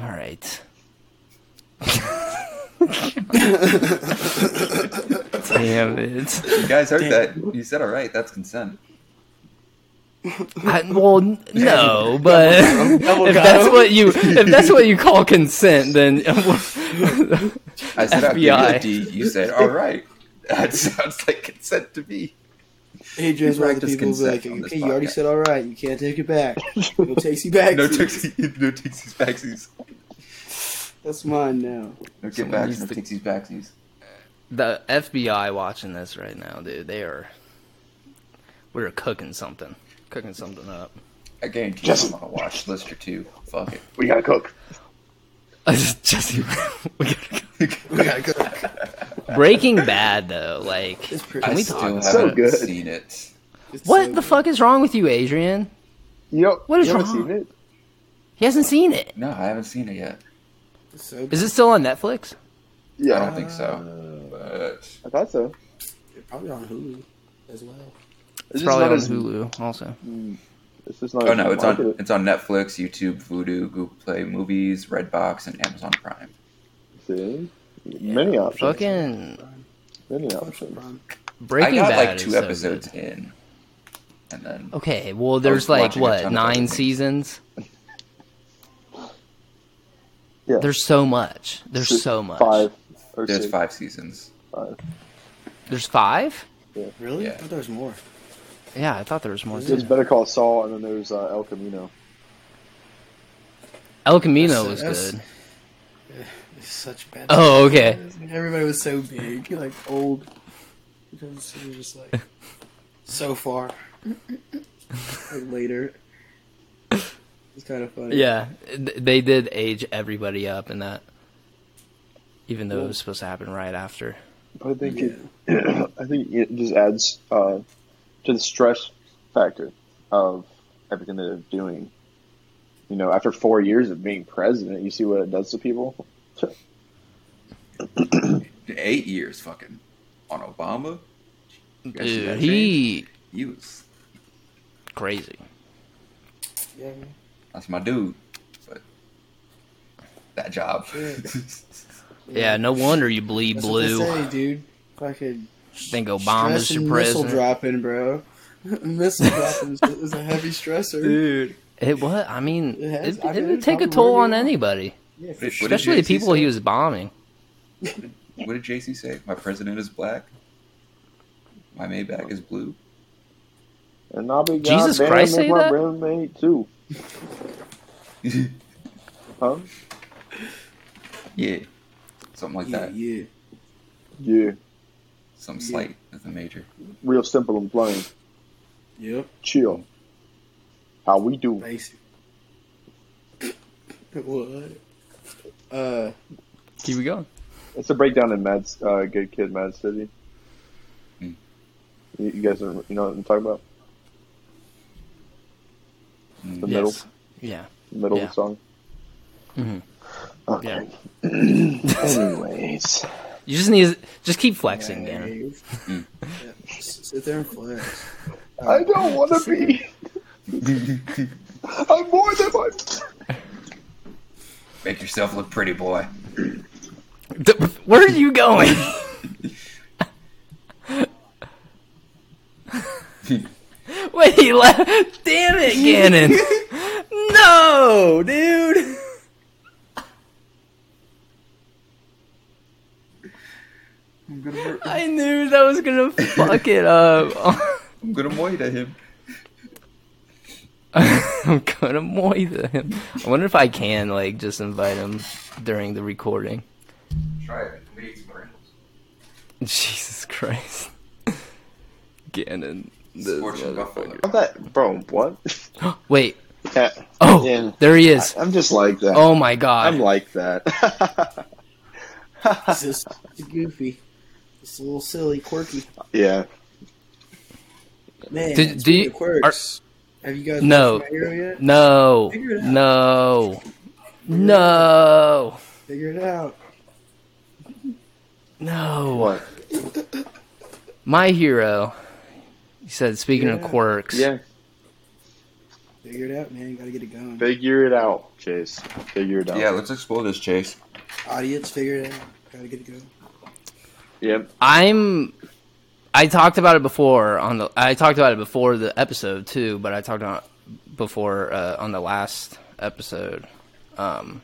S1: All right. Damn it.
S2: You guys heard that? You said all right. That's consent.
S1: I, well, n- no, but
S4: Double
S1: if
S4: got
S1: that's
S4: him.
S1: what you if that's what you call consent, then
S2: I said I'll
S1: FBI.
S2: give you the D. You said all right. That sounds like consent to me.
S4: Hey, James,
S2: We
S4: why the
S2: practice
S4: people will be
S2: consent
S4: like,
S2: on this
S4: okay, you already
S2: podcast.
S4: said all right. You can't take it back. No takesy back.
S2: No tixies, no tixies, backsies.
S4: That's mine now.
S2: No get
S1: Someone
S2: backs,
S1: needs
S2: no
S1: to-
S2: tixies, backsies.
S1: the FBI watching this right now, dude, they are we're cooking something, cooking something up.
S2: I guarantee
S3: Just-
S2: I'm on a watch list or two. Fuck it.
S3: We gotta cook.
S1: Jesse, we gotta go. Breaking Bad though, like
S4: It's pretty.
S1: can
S2: I
S1: we
S2: still
S1: talk? about-
S2: haven't
S3: So good.
S2: seen it.
S4: It's
S1: What
S4: so
S1: the fuck is wrong with you, Adrian?
S3: You know,
S1: What is
S3: you
S1: wrong?
S3: haven't seen it?
S1: He hasn't seen it.
S2: No, I haven't seen it yet.
S4: good. It's so
S1: Is it still on Netflix?
S3: Yeah.
S2: I don't think so. But
S3: I thought so.
S4: good. probably on Hulu as well.
S1: It's
S3: just
S1: probably
S3: not
S1: on
S3: as-
S1: Hulu also.
S3: It's just not
S2: oh
S3: as
S2: no, it's on
S3: marketed.
S2: it's on Netflix, YouTube, Voodoo, Google Play Movies, Redbox, and Amazon Prime.
S3: See? Many options.
S1: Fucking
S3: Many
S4: Fuck
S3: options.
S4: Prime.
S1: Breaking
S2: I got
S1: Bad
S2: like
S1: is
S2: two
S1: so good. Oh,
S2: episodes in, and then
S1: Okay, well, there's
S2: was
S1: like
S2: watching a ton
S1: what
S2: of
S1: nine
S2: other things.
S1: seasons.
S3: Yeah.
S1: There's so much. There's
S3: Six-
S1: so much.
S3: Five. Or
S2: there's
S3: six,
S2: five seasons.
S3: five.
S1: There's five.
S4: Really?
S2: Yeah.
S4: I thought there was more.
S1: Yeah, I thought there was more.
S3: There's
S1: too.
S3: Better Call Saul, and then there's uh, El Camino.
S1: El Camino was
S4: That's- that's-
S1: good.
S4: It's such bad.
S1: Oh, okay.
S4: Everybody was so big, like old. Because it was just like so far. like later. It's kind of funny.
S1: Yeah, th- they did age everybody up in that, even though it was supposed to happen right after.
S3: But I think it, I think it just adds uh, to the stress factor. of everything that they're doing. You know, after four years of being president, you see what it does to people.
S2: Eight years fucking on Obama. You guys see
S1: Dude,
S2: that
S1: he
S2: change? He was.
S1: crazy.
S4: Yeah,
S2: That's my dude. But that job.
S4: Yeah.
S1: Yeah, no wonder you bleed
S4: That's what they
S1: blue.
S4: say, dude. Fucking
S1: Think Obama's
S4: stress
S1: your
S4: and missile
S1: president.
S4: dropping, bro. missile dropping is, is a heavy stressor.
S2: Dude.
S1: It what? I mean,
S4: It has-
S1: it,
S4: I mean,
S1: it
S4: it's
S1: would take a
S4: probably
S1: toll
S4: where
S1: on
S4: we are.
S1: anybody,
S4: Yeah, for
S2: What
S4: sure.
S2: did
S1: especially the
S2: JC
S1: people
S2: say?
S1: he was bombing.
S2: What did JC say? My president is black. My Maybach is blue.
S3: And I'll be
S1: Jesus
S3: goddamn
S1: Christ
S3: if
S1: say
S3: my
S1: that?
S3: roommate too. Huh?
S2: yeah. Something like
S4: yeah,
S2: that.
S4: yeah.
S3: Yeah.
S2: Something
S4: Yeah.
S2: slight. Nothing major.
S3: Real simple and plain.
S4: Yep.
S3: Chill. How we do?
S4: Basic. what? Uh,
S1: Keep it going.
S3: It's a breakdown in Mad, uh, Good Kid, Mad City.
S2: Hmm.
S3: You, you guys, are, you know what I'm talking about? The
S2: Mm.
S3: middle,
S1: Yes. Yeah.
S3: middle
S1: Yeah.
S3: song.
S1: Mhm.
S3: Okay. Anyways,
S1: You just need just keep flexing, Dan.
S4: Dave.
S1: Hmm.
S4: Yeah, s- Sit there and flex.
S3: I don't want to be. I'm more than my.
S2: Make yourself look pretty, boy.
S1: Where are you going? Wait, he left. Damn it, Gannon. no, dude.
S2: I'm gonna,
S1: I knew that was gonna fuck it up.
S2: I'm gonna moit at him.
S1: I'm gonna moither him. I wonder if I can like just invite him during the recording.
S2: Try it. We need some Pringles.
S1: Jesus Christ. Gannon. This
S2: Fortune Buffalo.
S1: motherfucker.
S3: I'm not, bro. What?
S1: Wait.
S3: Yeah,
S1: Oh,
S3: Yeah.
S1: there he is.
S3: I'm just like that.
S1: Oh my god.
S3: I'm like that.
S4: It's just it's goofy. It's a little silly, quirky.
S3: yeah.
S4: Man,
S1: Do-
S4: speaking
S1: do you-
S4: of quirks, have you guys
S1: No.
S4: watched My Hero yet?
S1: no.
S4: Figure it out.
S1: No. No.
S4: Figure it out.
S1: No.
S3: What?
S1: My hero. He said, speaking
S4: Yeah.
S1: of quirks.
S3: Yeah.
S4: Figure it out, man. You gotta get it going.
S3: Figure it out, Chase. Figure it out.
S2: Yeah, let's explore this, Chase.
S4: Audience, figure it out. Gotta get it going.
S3: Yep.
S1: I'm. I talked about it before on the. I talked about it before the episode too, but I talked about before uh, on the last episode. Um,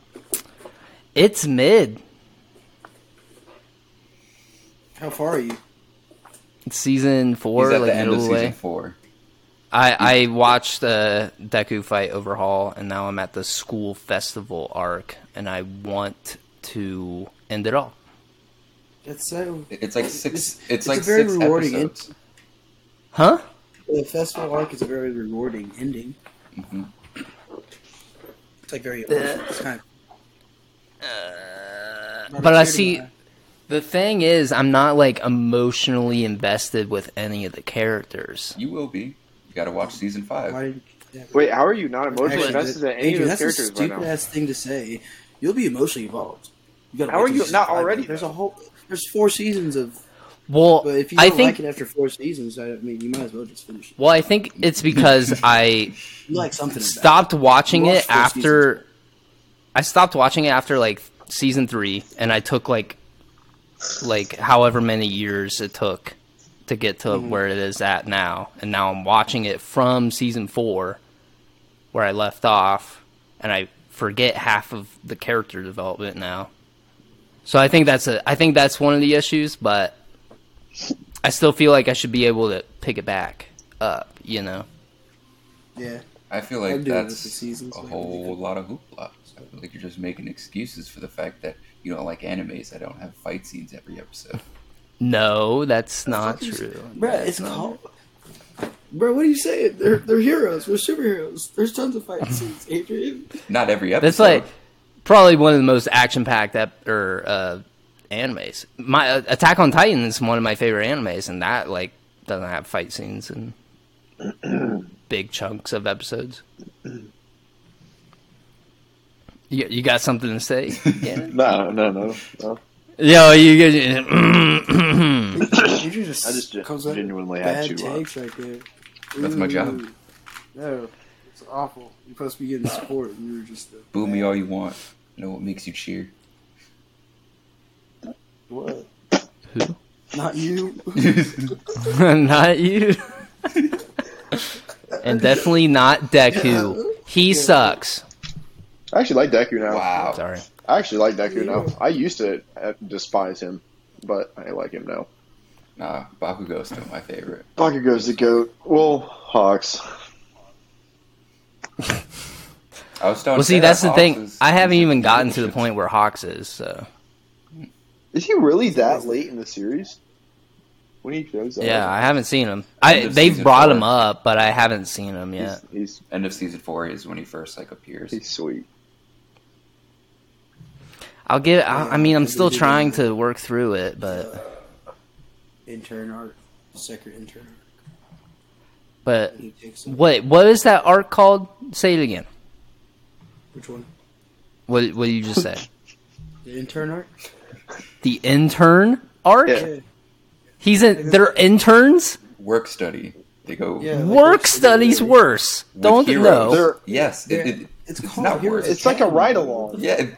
S1: it's mid
S4: How far are you?
S1: It's season four,
S2: He's at
S1: like
S2: the end of
S1: middle
S2: season
S1: way.
S2: four.
S1: I I watched the Deku fight overhaul, and now I'm at the school festival arc, and I want to end it all.
S4: That's so.
S2: It's like six.
S4: It's-
S2: It's,
S4: it's
S2: like
S4: a very
S2: six
S4: rewarding
S2: episodes.
S1: Huh?
S4: The festival arc is a very rewarding ending.
S3: Mm-hmm.
S2: Mhm.
S4: It's like very. It's kind of,
S1: But I see.
S4: uh,
S1: The thing is, I'm not like emotionally invested with any of the characters.
S2: You will be. You got to watch season
S4: Why
S2: five.
S4: did, yeah.
S3: Wait, how are you not emotionally
S4: Actually,
S3: invested in any
S4: Andrew,
S3: of the
S4: that's a
S3: characters right
S4: stupid
S3: now?
S4: ass thing to say. You'll be emotionally involved. You gotta
S3: How
S4: wait
S3: are
S4: till
S3: you
S4: season
S3: not
S4: five.
S3: already,
S4: There's
S3: though?
S4: a whole. There's four seasons of.
S1: Well,
S4: But if you
S1: I
S4: don't
S1: think
S4: like it after four seasons, I mean, you might as well just finish it.
S1: Well, I think it's because I
S4: You like something. about
S1: stopped watching
S4: You
S1: it
S4: watched four
S1: after I stopped watching it after like season 3 and I took like like however many years it took to get to
S4: Mm-hmm.
S1: where it is at now and now I'm watching it from season 4 where I left off and I forget half of the character development now. So I think that's a I think that's one of the issues, but I still feel like I should be able to pick it back up, you know.
S4: it. Yeah.
S2: I feel like
S4: I'm doing
S2: that's
S4: this with seasons,
S2: a
S4: like,
S2: whole lot of hoopla. I feel like you're just making excuses for the fact that you don't like animes that don't have fight scenes every episode.
S1: No, that's not true.
S4: Bruh, it's called. Bro, what are you saying? They're they're heroes. We're superheroes. There's tons of fight scenes, Adrian.
S2: Not every episode.
S1: That's like probably one of the most action-packed ep- or uh, animes. My uh, Attack on Titan is one of my favorite animes, and that like doesn't have fight scenes and big chunks of episodes. You, you got something to say? Yeah.
S3: No, no, no. no.
S1: Yo, you. get-
S4: You just,
S3: I just
S4: comes up with
S3: genuinely had
S4: bad
S3: to, uh,
S4: takes right there.
S2: That's my job.
S4: Ooh. No, it's awful. You're supposed to be getting support. and You were just a
S2: Boo me
S4: bad-
S2: all you want. I know what makes you cheer.
S4: What?
S1: Who?
S4: Not you.
S1: not you. and definitely not Deku. He sucks.
S3: I actually like Deku now.
S2: wow.
S1: Sorry.
S3: I actually like Deku now. I used to uh, despise him, but I like him now.
S2: Nah, Bakugo's still my favorite.
S3: Bakugo's the goat. Well, Hawks.
S2: I was
S1: Well, see, that's the thing. I haven't even gotten to the point where Hawks is. So.
S3: Is he really that late in the series? When he shows up,
S1: Yeah, I haven't seen him. I
S2: End of
S1: they've
S2: season
S1: brought
S2: four.
S1: him up, but I haven't seen him
S3: he's,
S1: yet.
S3: he's
S2: End of season four is when he first like appears.
S3: he's sweet.
S1: I'll get. I, I mean, I'm
S4: Yeah,
S1: still
S4: he did.
S1: trying to work through it, but
S4: Intern art. Secret intern.
S1: but
S4: He takes it.
S1: what what is that arc called? Say it again.
S4: Which one?
S1: What what did you just say?
S4: The intern art?
S1: the intern arc.
S3: Yeah.
S1: He's in. They're interns.
S2: Work study. They go.
S4: Yeah. like
S1: Work
S4: those-
S1: studies worse.
S2: with
S1: Don't
S2: heroes.
S1: know.
S3: They're-
S2: Yes. It, it,
S4: It's
S2: it's,
S4: called
S2: not
S4: Heroes.
S2: worse.
S3: It's like a ride along.
S2: Yeah. it-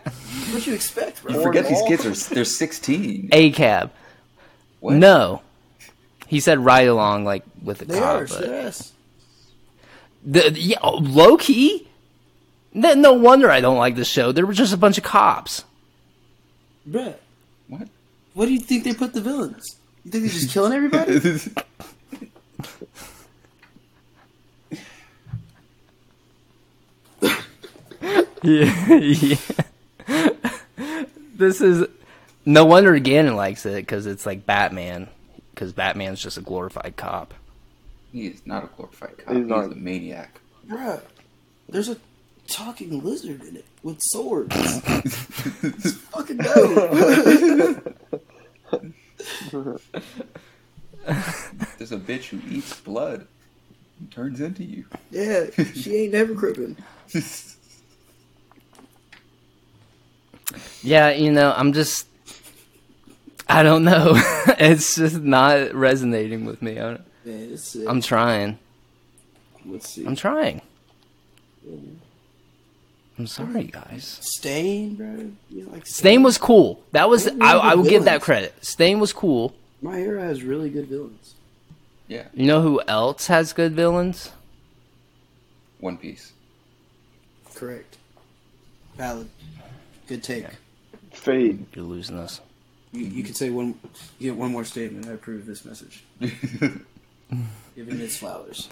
S4: What you expect,
S2: you
S4: bro?
S2: forget these
S3: all.
S2: kids are they're 16.
S1: A cab.
S2: What?
S1: No. He said ride along like with the
S4: They
S2: Ah,
S1: car,
S4: are.
S1: but-
S4: shit ass.
S1: The, the- yeah, oh, low key. No, no wonder I don't like this show. There were just a bunch of cops.
S4: Bruh,
S2: What?
S4: what do you think they put the villains? You think they're just killing everybody?
S1: Yeah. this is no wonder Gannon likes it because it's like Batman. Because Batman's just a glorified cop.
S2: he is not a glorified cop.
S3: He's
S2: He's,
S3: not.
S2: a maniac.
S4: Bruh, there's a talking lizard in it with swords. fucking dope.
S2: There's a bitch who eats blood and turns into you.
S4: Yeah, she ain't never crippin'.
S1: Yeah, you know, I'm just. I don't know. it's just not resonating with me. I don't-
S4: Man, it's sick.
S1: I'm trying.
S4: Let's see.
S1: I'm trying. I'm sorry, guys.
S4: Stain, bro. You like
S1: Stain was cool. That was
S4: They were
S1: I, I
S4: the
S1: will give that
S4: villains.
S1: credit. Stain was cool.
S4: My hero has really good villains.
S2: Yeah.
S1: You know who else has good villains?
S2: One Piece.
S4: Correct. Valid. Good take.
S3: Fade.
S1: You're losing us.
S4: You, you could say one. You get one more statement. I approve this message. Give it its flowers.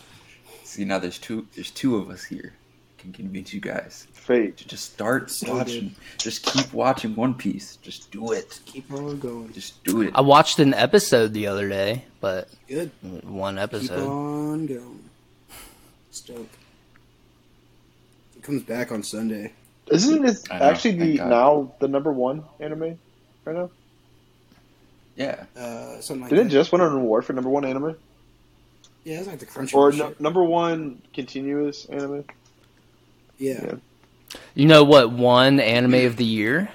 S2: See now there's two there's two of us here. Can convince you guys
S3: Fade.
S2: to just start
S4: So
S2: watching. Just keep watching One Piece. Just do it.
S4: Keep on going.
S2: Just do it.
S1: I watched an episode the other day, but
S4: Good.
S1: one
S4: Keep
S1: episode.
S4: on going. It's dope. It comes back on Sunday.
S3: Isn't this
S2: I know,
S3: actually
S2: thank
S3: the
S2: God.
S3: now the number one anime right now?
S2: Yeah.
S4: Uh, something like
S3: Did it
S4: that.
S3: just win an award for number one anime
S4: Yeah, it's like the Crunchyroll.
S3: or
S4: shit.
S3: no, number one continuous anime?
S4: yeah.
S3: yeah.
S1: You know what? One anime of the year?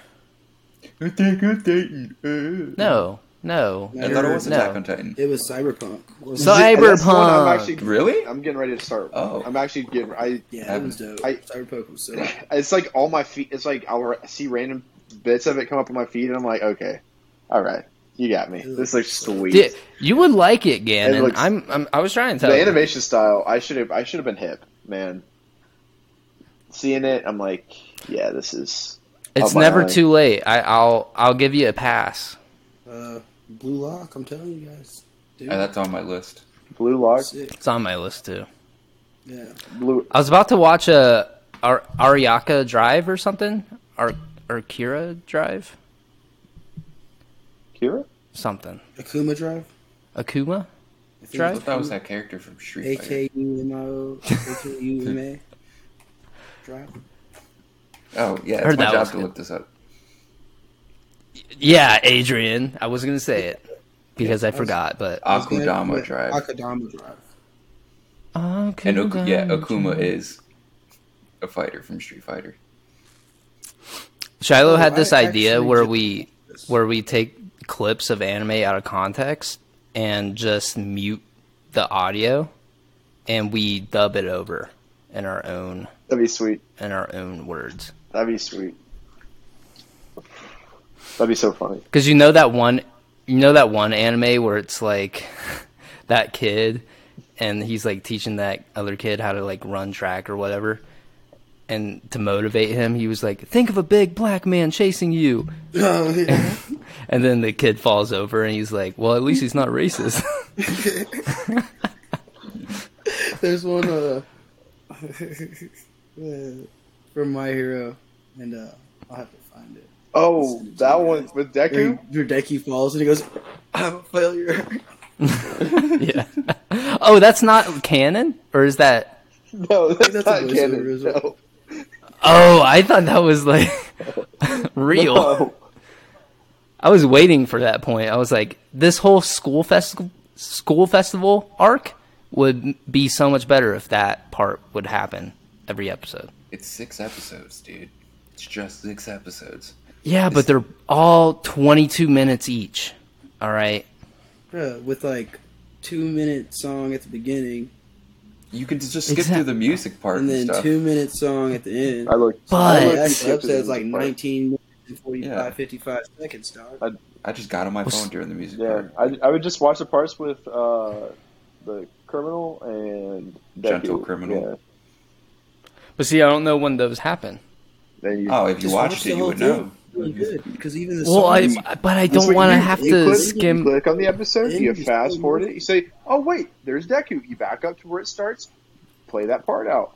S2: Good day, good day.
S1: No, no.
S2: I thought it was
S1: No.
S2: Attack on Titan.
S4: It was Cyberpunk. wasn't
S1: So
S4: it?
S3: And that's the one I'm
S1: Cyberpunk.
S3: actually
S2: Really?
S3: I'm getting ready to start.
S2: Oh.
S3: I'm actually getting. I.
S4: yeah, it was dope.
S3: I-
S4: Cyberpunk was so.
S3: It's like all my feet. It's like I'll ra- see random bits of it come up on my feed, and I'm like, okay, all right, you got me. This looks sweet.
S1: Di- you would like it, Gannon.
S3: It looks-
S1: I'm, I'm. I was trying to tell
S3: the
S1: you.
S3: animation style. I should have. I should have been hip, man. Seeing it, I'm like, yeah, this is.
S1: It's
S3: Oh, my
S1: never
S3: eye.
S1: too late. I, I'll. I'll give you a pass.
S4: Uh, Blue Lock, I'm telling you guys. Dude,
S2: Uh, that's on my list.
S3: Blue Lock,
S4: sick.
S1: It's on my list too.
S4: Yeah.
S3: Blue.
S1: I was about to watch a Ar- Ariaka Drive or something. Ar- Arkira Drive,
S3: Kira?
S1: something.
S4: Akuma Drive.
S1: Akuma.
S4: I think
S2: I
S1: Drive?
S4: it's
S2: thought that was that character from Street Fighter.
S4: AKUMO, AKUMA. Drive.
S2: Oh yeah, it's
S1: Heard
S2: my
S1: that
S2: job
S1: was
S2: to
S1: good.
S2: look this up.
S1: Yeah, Adrian. I was gonna say it because I forgot, but
S2: Akudama Drive.
S4: Akudama Drive.
S1: Akuma
S2: And Oku- yeah, Akuma is a fighter from Street Fighter.
S1: Shiloh
S4: Oh,
S1: had this
S4: I
S1: idea
S4: actually
S1: where
S4: did
S1: we
S4: this.
S1: where we take clips of anime out of context and just mute the audio and we dub it over in our own
S3: That'd be sweet.
S1: in our own words.
S3: That'd be sweet. That'd be so funny.
S1: Cuz you know that one you know that one anime where it's like that kid and he's like teaching that other kid how to like run track or whatever and to motivate him he was like think of a big black man chasing you
S4: Oh, yeah.
S1: and then the kid falls over and he's like well at least he's not racist
S4: There's one uh, uh, from My Hero, and uh, I'll have to find it.
S3: Oh, that one with
S4: Where,
S3: Deku.
S4: he- where Decky falls and he goes, "I'm a failure."
S1: yeah. Oh, that's not canon, or is that?
S3: No, that's,
S4: That's a
S3: not
S4: voiceover,
S3: canon.
S4: is it?
S3: No.
S1: Oh, I thought that was like real.
S3: No.
S1: I was waiting for that point. I was like, this whole school festival school festival arc would be so much better if that part would happen every episode.
S2: It's six episodes, dude. It's just six episodes.
S1: Yeah, but they're all 22 minutes each. All right.
S4: Bruh, with like two minute song at the beginning
S2: You can just skip
S1: Exact-
S2: through the music part and,
S4: and then
S2: stuff.
S4: two minute song at the end.
S3: I looked.
S1: But-
S3: I
S4: All
S3: looked
S4: the actual
S3: skip to the
S4: episode's like
S3: music part.
S4: 19 minutes and 45,
S2: Yeah.
S4: 55 seconds, dog.
S3: I-
S2: I just got on my
S1: Well, s-
S2: phone during the music
S3: Yeah,
S2: part.
S3: I, I would just watch the parts with uh, the criminal and Deku.
S2: Gentle Criminal.
S3: Yeah.
S1: But see, I don't know when those happen.
S3: Then you,
S2: Oh, if you
S4: Just
S2: watched
S4: watch the
S2: it, you
S4: whole
S2: would
S4: thing.
S2: know.
S4: Really good because even the
S1: Well, I
S4: songs,
S1: but I
S3: That's
S1: don't
S3: what
S1: want to
S3: you-
S1: have
S3: you
S1: to
S3: click- You
S1: skim.
S3: click on the episode,
S4: Then
S3: you
S4: you
S3: fast
S4: scroll
S3: forward it.
S4: down.
S3: You say, "Oh wait, there's Deku." You back up to where it starts. Play that part out.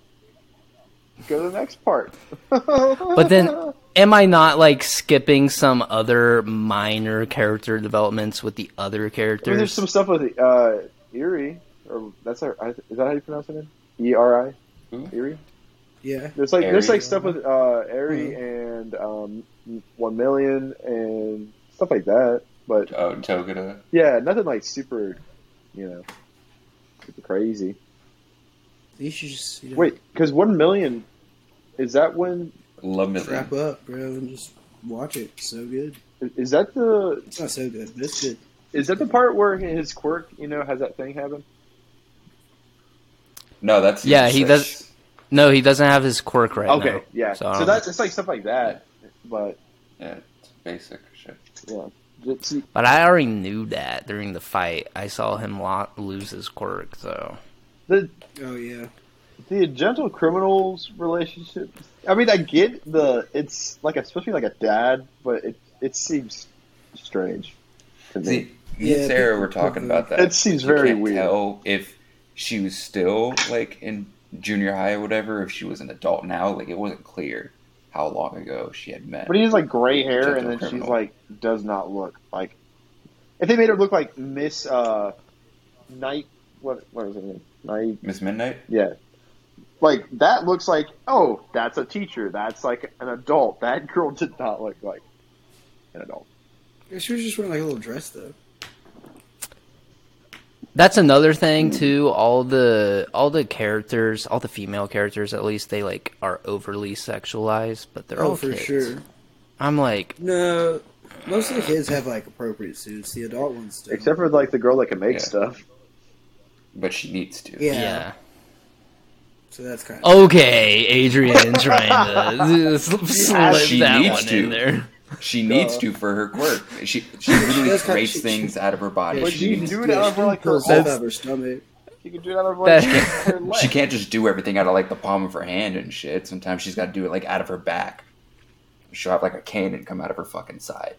S3: Go to the next part.
S1: But then, am I not like skipping some other minor character developments with the other
S3: I mean, there's
S1: characters?
S3: some stuff with uh, Erie, or that's her, I- is that how you pronounce it? name? E R I,
S2: Who?
S3: Erie.
S4: yeah.
S3: There's like there's
S2: Erie.
S3: like stuff with uh, Erie and um, One Million and stuff like that. But
S2: Oh, Togeda.
S3: yeah, nothing like super, you know, super crazy.
S4: You should just you know,
S3: Wait, because One Million is that when
S2: Love
S4: wrap
S2: Million.
S4: up, bro, and just watch it. So good.
S3: is that the
S4: It's not so good, but it's good.
S3: is that the part where his quirk you know has that thing happen?
S2: No, that's
S1: Yeah,
S2: season
S1: he does-
S2: six.
S1: no, he doesn't have his quirk right
S3: okay,
S1: now.
S3: yeah.
S1: So I
S3: So,
S1: don't-
S3: that's it's like stuff like that, but
S2: Yeah, it's basic shit.
S3: it's,
S1: But I already knew that during the fight. I saw him lo- lose his quirk, so
S3: the
S4: Oh yeah.
S3: the gentle criminals relationship. I mean, I get the it's like it's supposed to be like a dad, but it it seems strange to me.
S2: See, me and
S4: Yeah,
S2: Sarah
S4: but-
S2: were talking
S4: but-
S2: about that.
S3: It seems
S2: You
S3: very
S2: can't
S3: weird.
S2: Tell if she was still like in junior high or whatever, if she was an adult now, like it wasn't clear how long ago she had met.
S3: But he has like gray hair, and
S2: Gentle
S3: then she's
S2: criminal.
S3: like does not look like. If they made her look like Miss uh, Knight, what what was her name? Knight,
S2: Miss Midnight.
S3: yeah. Like that looks like oh, that's a teacher. That's like an adult. That girl did not look like an adult.
S4: Yeah, She was just wearing like a little dress though.
S1: that's another thing
S3: Hmm.
S1: too. All the all the characters, all the female characters, at least they like are overly sexualized, but they're
S4: Oh,
S1: all
S4: for
S1: kids.
S4: sure.
S1: I'm like,
S4: No, most of the kids have like appropriate suits. The adult ones do.
S3: Except for like the girl that can make
S2: Yeah.
S3: stuff.
S2: But she needs to.
S4: yeah.
S1: yeah.
S4: So that's kind
S1: Oh,
S4: of.
S1: Okay, Adrian, trying to s- slip
S2: She
S1: that
S2: needs
S1: one
S2: to.
S1: in there.
S2: She needs to for her quirk. She she literally
S4: That's kinda-
S2: creates
S4: she-
S2: things out of her body.
S3: But
S2: she,
S3: she
S2: needs-
S3: do it out of her, like, her
S4: pulls up
S3: own-
S4: out of her stomach.
S3: She can do that on
S1: That-
S3: her leg.
S2: she can't just do everything out of like the palm of her hand and shit. Sometimes she's got to do it like out of her back. She'll have like a cannon come out of her fucking side.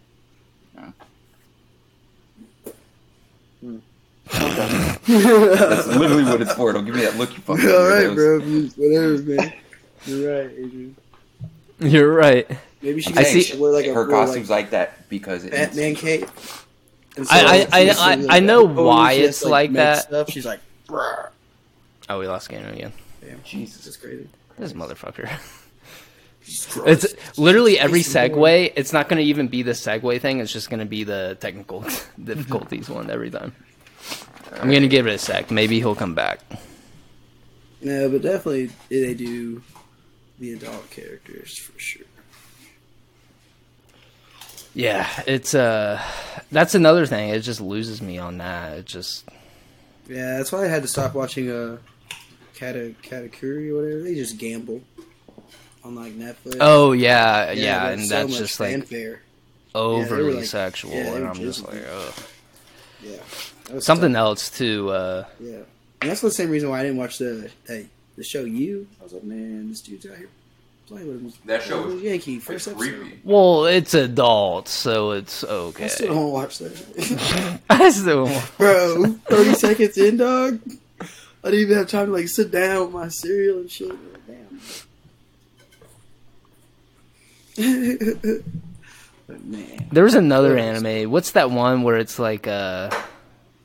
S2: That's literally what it's for. Don't give me that look, you fucking.
S4: All right,
S2: weirdos.
S4: bro. you- Whatever, man. You're right, Adrian.
S1: You're right.
S4: Maybe she
S1: I
S4: could
S1: see-
S4: actually wear like a
S2: her
S4: real, like,
S2: costume's like, that because it needs
S4: Batman
S2: to.
S4: cape. And
S1: I-
S4: like,
S1: I-
S4: she's
S1: I-
S4: like,
S1: I know
S4: oh,
S1: why
S4: she has
S1: it's
S4: to,
S1: like
S4: make
S1: that.
S4: Stuff. She's like, bruh.
S1: Oh, we lost Ganon again.
S4: Jesus, it's crazy.
S1: This motherfucker.
S4: Jesus Christ.
S1: It's literally every
S4: Christ, Lord.
S1: segue. It's not going to even be the segue thing. It's just going to be the technical difficulties one every time. I'm going to give it a sec. Maybe he'll come back.
S4: No, but definitely they do the adult characters for sure.
S1: Yeah, it's uh, that's another thing. It just loses me on that. It just
S4: Yeah, that's why I had to stop watching uh, Kata Katakuri or whatever. They just gamble on like Netflix.
S1: oh yeah, yeah,
S4: there's
S1: and
S4: so
S1: that's
S4: much
S1: just like
S4: fanfare.
S1: overly
S4: like-
S1: sexual,
S4: yeah, they
S1: and
S4: were
S1: I'm just
S4: just-
S1: like ugh.
S4: Yeah, That was
S1: something else too. Uh,
S4: tough. Yeah, and that's the same reason why I didn't watch the that, the show. You, I was like, man, this dude's out here playing with him.
S2: That show was-
S4: Yankee first episode.
S2: Creepy.
S1: well, it's adult, so it's okay.
S4: I still don't watch that,
S1: I still
S4: bro. Thirty seconds in, dog. I didn't even have time to like sit down with my cereal and shit. Damn. But man,
S1: There was another
S4: Yeah.
S1: anime. What's that one where it's like uh,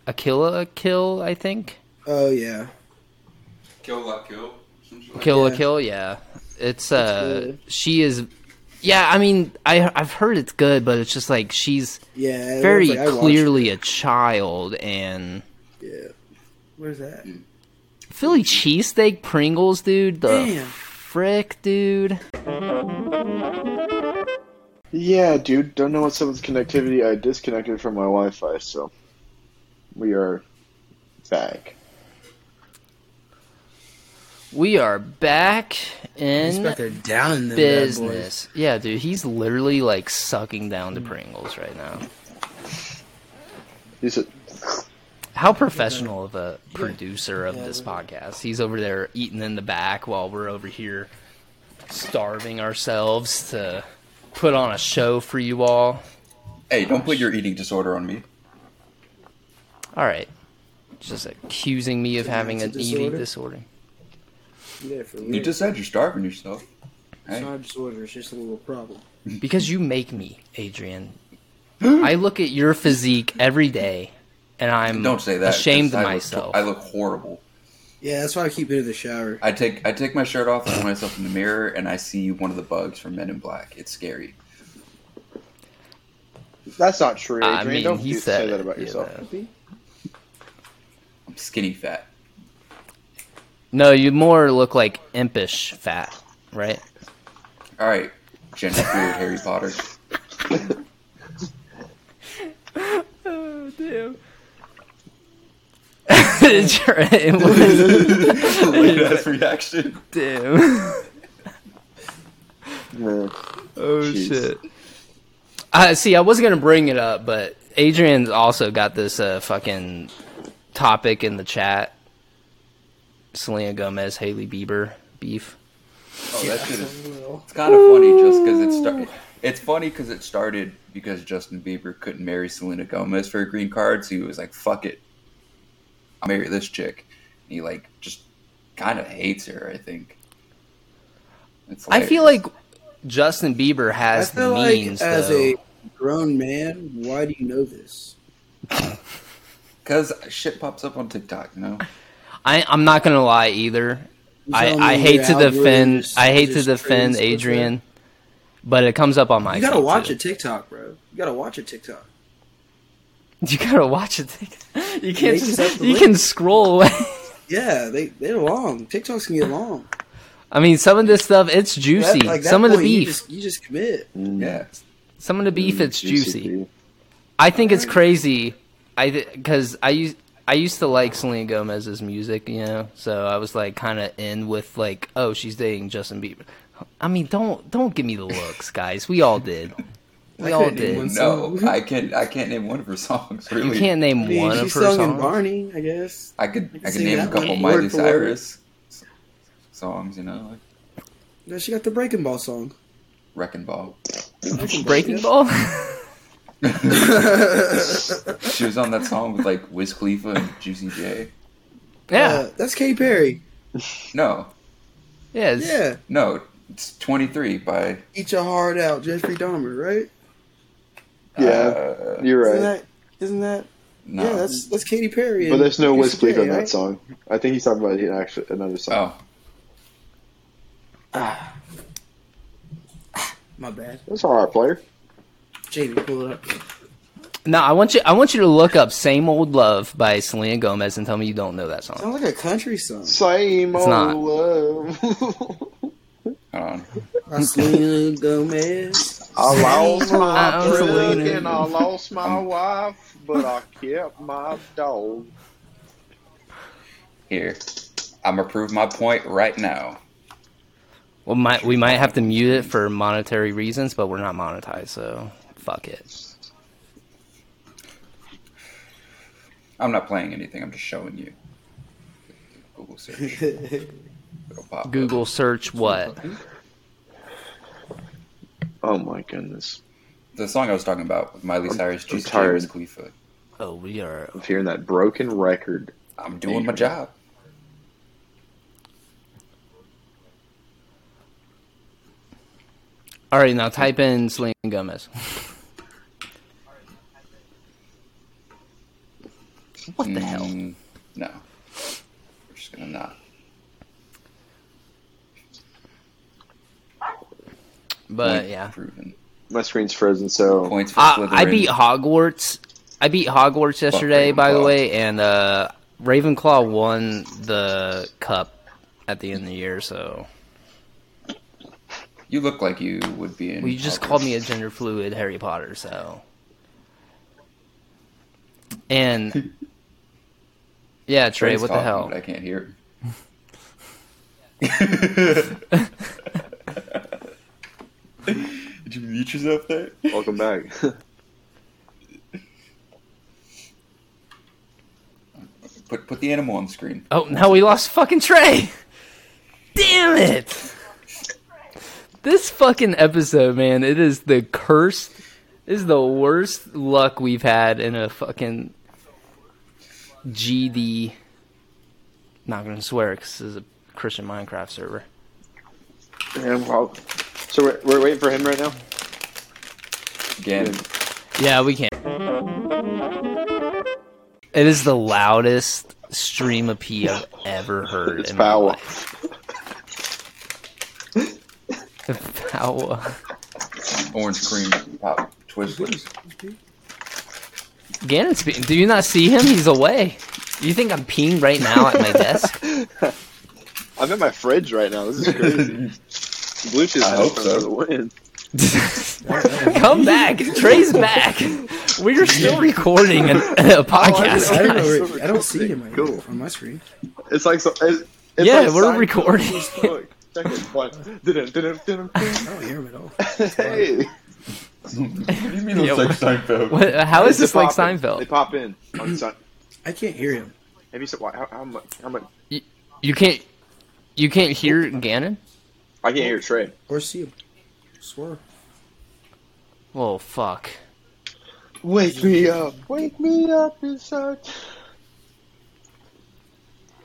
S1: a kill a kill? I think
S4: oh yeah.
S2: Kill la kill. some shit like
S1: kill a
S4: Yeah.
S1: kill. Yeah, it's uh,
S4: good.
S1: she is. Yeah, I mean, I I've heard it's good, but it's just like she's
S4: Yeah,
S1: very
S4: like, I watched
S1: clearly a child, and
S4: it. Yeah, where's that?
S1: Philly cheesesteak Pringles, dude. The
S4: Damn.
S1: frick, dude.
S3: Yeah, dude. Don't know what's up with connectivity. I disconnected from my Wi-Fi, so we are back.
S1: We are back
S4: He's
S1: in
S4: back there down in the
S1: business. Yeah, dude, he's literally like sucking down the Pringles right now.
S3: He said,
S1: How professional of a producer of this podcast. He's over there eating in the back while we're over here starving ourselves to put on a show for you all.
S2: Hey, don't put your eating disorder on me.
S1: All right. Just accusing me of having an
S4: It's a
S1: eating
S4: disorder?
S1: disorder.
S4: Yeah, for
S2: You just said you're starving yourself.
S4: it's
S2: Hey,
S4: not a disorder. It's just a little problem.
S1: Because you make me, Adrian. I look at your physique every day and I'm
S2: don't say that.
S1: Mm. ashamed
S2: 'cause I
S1: of
S2: look-
S1: myself.
S2: I look horrible.
S4: Yeah, that's why I keep it in the shower.
S2: I take I take my shirt off, I look myself in the mirror, and I see one of the bugs from Men in Black. It's scary.
S3: "That's not true, Adrian.
S1: I mean,
S3: Don't
S1: he
S3: do-
S1: said
S3: say that
S1: it,
S3: about
S1: you
S3: yourself."
S1: know.
S2: I'm skinny fat.
S1: no, you more look like impish fat, right?
S2: All right, gender fluid Harry Potter.
S1: Oh damn. it was
S2: Look at his reaction.
S1: damn.
S3: Yeah.
S1: Oh
S3: Jeez.
S1: shit. I see. I was gonna bring it up, but Adrian's also got this uh, fucking topic in the chat. Selena Gomez, Haley Bieber beef.
S2: Oh, that shit is.
S4: Well,
S2: It's kind of funny just because it started. It's funny because it started because Justin Bieber couldn't marry Selena Gomez for a green card, so he was like, "Fuck it, I'll marry this chick." And he like just kind of hates her. I think. It's
S1: I feel
S2: hilarious.
S1: like Justin Bieber
S4: I
S1: has the
S4: feel like
S1: means
S4: as
S1: though.
S4: a grown man, why do you know this?
S2: because shit pops up on TikTok. You know,
S1: I, I'm not gonna lie either.
S4: You
S1: I,
S4: telling
S1: I
S4: me
S1: hate
S4: your
S1: to
S4: algorithm
S1: defend.
S4: just-
S1: I hate to
S4: just
S1: defend
S4: trains with
S1: Adrian, but it comes up on my.
S4: that? You gotta
S1: feed,
S4: watch
S1: too.
S4: a TikTok, bro. You gotta watch a TikTok.
S1: You gotta watch it. You can't.
S4: Make yourself
S1: Just,
S4: the
S1: you
S4: link.
S1: can scroll away.
S4: Yeah, they they're long. TikToks can get long.
S1: I mean, some of this stuff it's juicy.
S4: That- like, that
S1: some of the
S4: point,
S1: beef,
S4: you just, Mm, you just commit.
S2: yeah.
S1: some of the beef, it's
S3: Mm,
S1: juicy.
S3: GCP.
S1: I think it's crazy. I because I used I used to like Selena Gomez's music, you know. So I was like kind of in with like, oh, she's dating Justin Bieber. I mean, don't don't give me the looks, guys. We all did. We all
S4: couldn't name
S1: did.
S4: one
S2: No,
S4: song.
S2: I can't. I can't name one of her songs.
S1: You
S2: Really,
S1: can't name
S4: I mean,
S1: one
S4: she
S1: of her
S4: sung in
S1: songs.
S4: Barney, I guess.
S2: I could. I could
S4: sing
S2: name a
S4: that
S2: couple
S4: one
S2: Miley
S4: word for word.
S2: Cyrus s- songs. You know, like
S4: No, she got the Breaking Ball song.
S2: Wrecking Ball.
S1: Breaking Ball.
S2: She was on that song with like Wiz Khalifa and Juicy J.
S1: yeah,
S4: Uh, that's Katy Perry.
S2: No,
S1: yeah, it's-
S4: Yeah,
S2: no, it's 23 by.
S4: Eat Your Heart Out, Jeffrey Dahmer, right?
S3: Yeah,
S2: Uh,
S3: you're
S4: Isn't
S3: right.
S4: that? Isn't that?
S2: no.
S4: Yeah, that's that's Katy Perry.
S3: But
S4: and
S3: there's no
S4: Juicy
S3: Wiz Khalifa
S4: J,
S3: on that
S4: right?
S3: song. I think he's talking about an actual, another song.
S2: Oh,
S4: Ah. My bad.
S3: That's all right, player.
S4: Jamie, pull it up.
S1: No, I want you. I want you to look up "Same Old Love" by Selena Gomez and tell me you don't know that song.
S4: Sounds like a country song.
S3: Same
S1: It's
S3: old
S1: not.
S3: love.
S2: Hold on.
S4: Selena Gomez.
S3: I lost my
S1: old
S3: truck
S1: love.
S3: and I lost my wife, but I kept my dog.
S2: Here. I'm gonna prove my point right now.
S1: Well, might we might have to mute it for monetary reasons, but we're not monetized, so fuck it.
S2: I'm not playing anything. I'm just showing you. Google search. It'll pop up.
S1: Google search what?
S3: Oh my goodness.
S2: The song I was talking about with Miley Cyrus, Juicy J,
S3: tired.
S2: Wiz Khalifa.
S1: Oh, we are.
S3: I'm hearing that broken record.
S2: I'm doing my job.
S1: All right, now type in Selena Gomez. What the hell?
S2: Mm, No. We're just gonna not.
S1: But
S2: Point
S1: yeah, Uh,
S2: Proven.
S3: My screen's frozen, so
S2: Points for
S1: I,
S2: Slytherin.
S1: I beat Hogwarts. I beat Hogwarts yesterday, by the
S2: Ravenclaw.
S1: way, and uh, Ravenclaw won the cup at the end of the year. So
S2: You look like you would be in.
S1: well, you just
S2: Hogwarts.
S1: called me a gender fluid Harry Potter. So and yeah, Trey,
S2: Trey's
S1: what the
S2: talking,
S1: hell?
S2: but I can't hear. it. Did you mute yourself there?
S3: welcome back.
S2: Put put the animal on the screen.
S1: Oh, now we lost fucking Trey. Damn it. This fucking episode, man, it is the cursed. This is the worst luck we've had in a fucking GD. Not gonna swear because this is a Christian Minecraft server.
S3: Yeah, well, so we're, we're waiting for him right now?
S2: Again,
S1: Yeah, we can. It is the loudest stream of pee I've ever heard.
S3: It's
S1: in my
S3: foul.
S1: life. Foul.
S2: orange cream pop Twizzlers.
S1: Gannon's be- do you not see him? He's away. You think I'm peeing right now at my desk?
S3: I'm in my fridge right now. This is crazy. Bluetooth
S2: I hope
S3: headphones
S2: so.
S3: for the win.
S1: Come back. Trey's back. We're still recording a, a podcast.
S3: Oh,
S4: I don't,
S1: guys.
S4: know where, I don't see him right
S3: Cool.
S4: now on my screen.
S3: It's like so. It's, it's
S1: Yeah,
S3: like
S1: we're
S3: Seinfeld
S1: recording.
S3: was hooked. Check it. One. Dun-dun, dun-dun,
S4: I
S3: dun-dun.
S4: don't hear him at all.
S3: Hey,
S2: you mean
S1: Yeah, like
S2: Seinfeld?
S1: What, how is
S3: They
S1: this like
S3: pop in. They
S1: Seinfeld?
S3: pop in on Sun.
S4: I can't hear him.
S3: Have you said why? How, how much? How much?
S1: You can't. You can't hear Gannon.
S3: I can't hear Trey.
S4: Or see him. Swear.
S1: Oh fuck.
S3: Wake me up. Wake me up inside.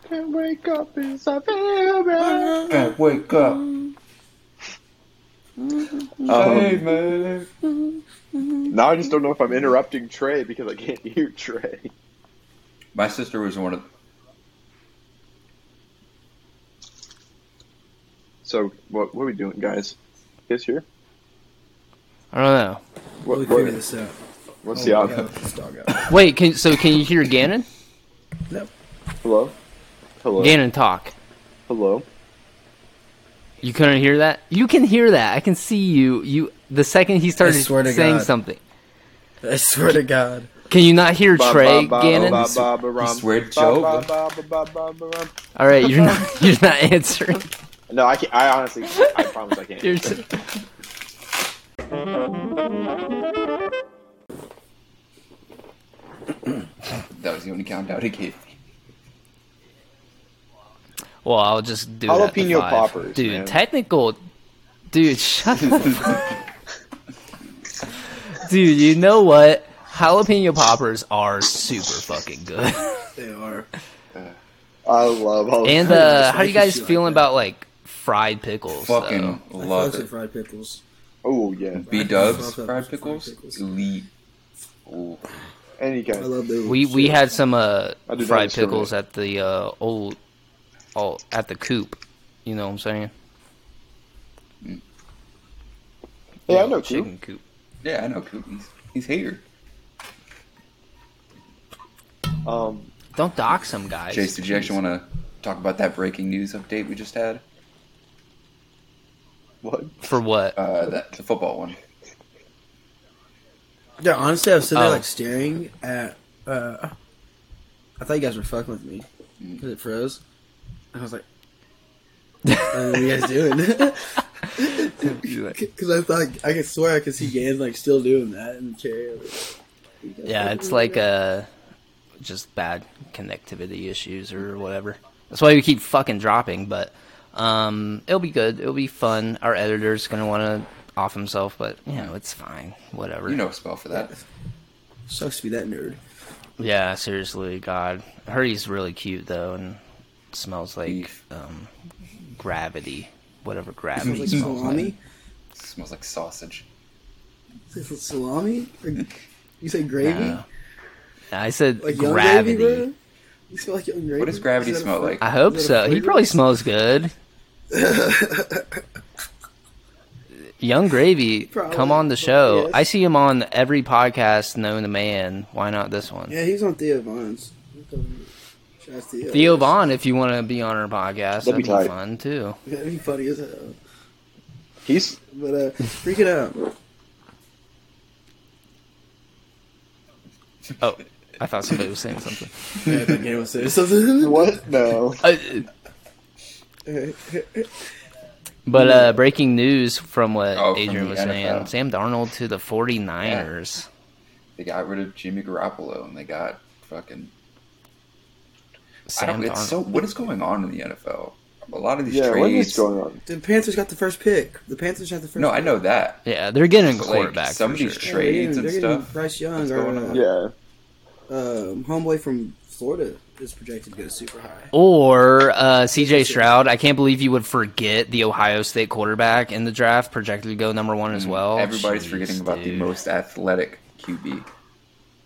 S3: Can't wake up inside. baby.
S2: wake up.
S1: Oh,
S2: Hey,
S3: Um,
S2: man.
S3: now I just don't know if I'm interrupting Trey because I can't hear Trey.
S2: My sister was one of.
S3: So what, what are we doing, guys? Guys here?
S1: I don't know.
S4: We'll
S3: What,
S4: figure
S3: what,
S4: this out.
S3: what's
S4: Oh,
S3: the
S4: we
S3: outcome?
S4: gotta let this dog out.
S1: Wait. Can so can you hear Gannon?
S4: No.
S3: Hello? Hello?
S1: Gannon talk.
S3: Hello?
S1: You couldn't hear that. You can hear that. I can see you. You the second he started
S4: swear to
S1: saying
S4: God.
S1: something.
S4: I swear to God.
S1: Can you not hear
S3: Ba-
S1: Trey
S3: ba- ba-
S1: Gannon?
S3: ba- ba- ba- rum.
S2: swear to
S3: Ba-
S2: Joe.
S3: ba- ba- ba- ba- ba- rum.
S1: All right, you're not. You're not answering.
S3: No, I can't. I honestly, I promise I can't.
S1: You're t-
S2: That was the only countdown he gave me.
S1: Well, I'll just do that to
S3: Jalapeno
S1: five.
S3: poppers,
S1: dude.
S3: man.
S1: Technical, dude. Shut the fuck- dude. You know what? Jalapeno poppers are super fucking good.
S4: They are.
S3: I love all
S1: And
S4: I
S1: uh,
S4: just
S1: how are
S4: like
S1: you
S4: to
S1: guys
S4: see like
S1: feeling
S4: that.
S1: about like fried pickles? Uh,
S2: Fucking
S4: I
S2: love
S4: fancy
S2: it.
S4: fried pickles.
S3: Oh yeah,
S2: B Dubs
S4: Fried
S2: fried
S4: pickles, fried
S2: pickles,
S4: pickles.
S2: elite. Oh, Ooh.
S3: any
S4: I
S3: kind.
S4: love those.
S1: though? We we had some uh
S3: I do not
S1: fried
S3: discriminate.
S1: pickles at the uh, old, oh at the coop. You know what I'm saying?
S3: Yeah, I know. Coop.
S1: Chicken coop.
S2: Yeah, I know. Coop. He's, he's here.
S3: Um,
S1: Don't dock some guys.
S2: Jace, did you actually want to talk about that breaking news update we just had?
S3: what?
S1: For what?
S2: Uh, that the football one.
S4: Yeah, honestly, I was sitting there
S1: Oh.
S4: like staring at. Uh, I thought you guys were fucking with me
S2: Mm.
S4: because it froze, and I was like, "What are you guys doing?" Because I thought I could swear I could see Gans like still doing that and carry. Like,
S1: yeah, it's like uh, just bad connectivity issues or whatever. That's why we keep fucking dropping. But um, it'll be good. It'll be fun. Our editor's gonna want to off himself, but you know it's fine. Whatever.
S2: You know a spell for that.
S4: sucks to be that nerd.
S1: Yeah, seriously, God. I heard he's really cute though, and smells like
S2: Beef.
S1: um, gravity, whatever
S4: It
S1: gravity
S4: was like
S1: smells like.
S4: salami.
S2: smells like sausage.
S4: Is it salami? Or, you say gravy?
S1: No. I said
S4: Like young
S1: gravity.
S4: gravy, bro? You smell like young gravy.
S2: What does gravity
S4: Is that a
S2: smell
S4: fruit?
S2: like?
S1: I hope
S4: Is that a
S1: so. He
S4: flavor?
S1: probably smells good. Young Gravy,
S4: Probably.
S1: come on the show.
S4: Yes.
S1: I see him on every podcast known to man. Why not this one?
S4: Yeah, he was on Theo Vaughn's. Shout out to Theo.
S1: Theo Vaughn, if you want to be on our podcast,
S3: That'd
S1: that'd
S3: be
S1: be
S3: tight.
S1: fun too.
S4: That'd be funny as hell.
S3: He's
S4: But uh, freak it out.
S1: Oh, I thought somebody was saying something.
S4: Yeah, that game was serious. Something.
S3: what? No.
S1: Uh, but uh, breaking news from what
S2: Oh, from
S1: Adrian
S2: the
S1: was saying:
S2: NFL.
S1: Sam Darnold to the 49ers.
S2: They got rid of Jimmy Garoppolo and they got fucking. I
S1: Sam
S2: don't. It's
S1: Darnold.
S2: so. What is going on in the NFL? A lot of these
S3: Yeah,
S2: trades.
S3: what is going on?
S4: The Panthers got the first pick. The Panthers had the first.
S2: No, I
S4: pick.
S2: know that.
S1: yeah, they're getting a
S2: But, like,
S1: quarterback. for
S2: some of these
S1: sure.
S4: Yeah,
S2: trades
S4: they're
S2: and
S4: getting- they're getting
S2: stuff.
S4: Bryce Young
S2: What's
S4: or
S2: going on?
S4: uh,
S3: Yeah.
S4: um, homeboy from Florida is projected to go super high.
S1: Or uh, CJ Stroud. I can't believe you would forget the Ohio State quarterback in the draft, projected to go number one as well.
S2: Mm, Everybody's
S1: Jeez,
S2: forgetting about the
S1: dude.
S2: most athletic QB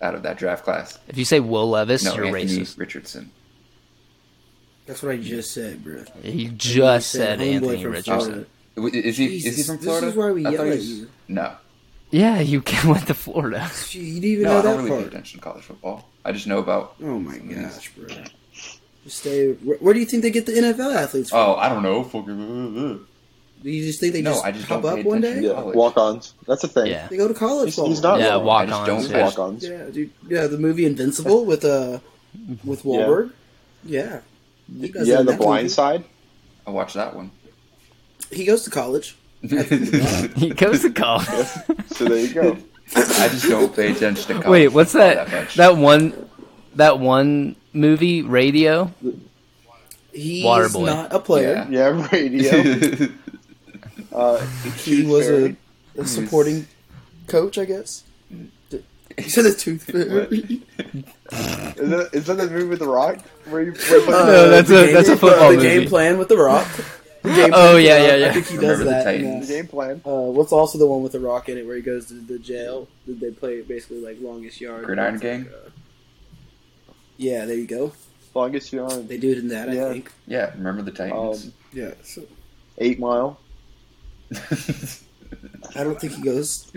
S2: out of that draft class.
S1: If you say Will Levis,
S2: No,
S1: you're
S2: Anthony
S1: racist.
S2: Richardson.
S4: That's what I just said, bro.
S1: He
S4: You
S1: just said
S4: homeboy
S1: Anthony
S4: from
S1: Richardson.
S4: Florida.
S2: I- Is he? is he
S4: Jesus,
S2: from
S4: this
S2: Florida?
S4: is where we
S2: I thought
S4: yell
S2: he
S4: at
S2: was-
S4: you.
S2: No,
S1: Yeah, you can went to Florida.
S4: Gee, You didn't even
S2: no,
S4: know
S2: I don't
S4: that
S2: really Mm. pay
S4: part.
S2: attention to college football. I just know about.
S4: Oh my
S2: some of these-
S4: gosh, bro. Just stay. Where, where do you think they get the NFL athletes from?
S2: Oh, I don't know. Fucking.
S4: Do you just think they
S2: No,
S4: just
S2: I just
S4: pop
S2: don't
S4: up
S2: pay
S4: one
S2: attention.
S4: day?
S3: Yeah.
S2: College.
S3: Walk ons. That's a thing.
S1: Yeah,
S4: They go to college.
S3: He's-
S4: ball.
S3: he's not-
S1: yeah,
S3: I
S1: walk
S2: Oh, just
S1: on.
S2: don't
S3: He's
S2: Yeah.
S3: walk ons.
S4: Yeah, dude. Yeah, the movie Invincible with uh with Wahlberg. Yeah. He does
S3: Yeah,
S4: in
S3: the
S4: that
S3: blind
S4: movie.
S3: side.
S2: I watched that one.
S4: He goes to college.
S1: He goes to college.
S3: So there you go.
S2: I just don't pay attention to college.
S1: Wait, what's
S2: football
S1: that? That,
S2: much.
S1: one, that one movie, Radio.
S4: He's
S1: Waterboy.
S4: not a player.
S2: Yeah.
S3: Yeah, radio. Uh,
S4: He was a,
S3: Fairy.
S4: a supporting coach, I guess. You said the tooth fairy.
S3: is, that, is that the movie with the rock? Where you, where you put-
S1: No, Uh, that's
S4: Uh, the
S1: a- that's a football
S4: the
S1: movie.
S4: game plan with the Rock. The game plan
S1: Oh,
S4: with The
S1: yeah,
S4: Rock.
S1: yeah, yeah.
S4: I think he does
S2: Remember the
S4: that. in,
S2: Titans.
S3: the game plan.
S4: uh, uh, what's also the one with the Rock in it, where he goes to the jail? Did they play basically like longest yard?
S2: Gridiron
S4: It's like,
S2: Gang?
S4: uh, yeah, there you go.
S3: Longest yard.
S4: They do it in that,
S3: Yeah.
S4: I think.
S2: yeah, remember the Titans?
S3: Um,
S4: Yeah. So
S3: eight mile.
S4: Um, I don't think he goes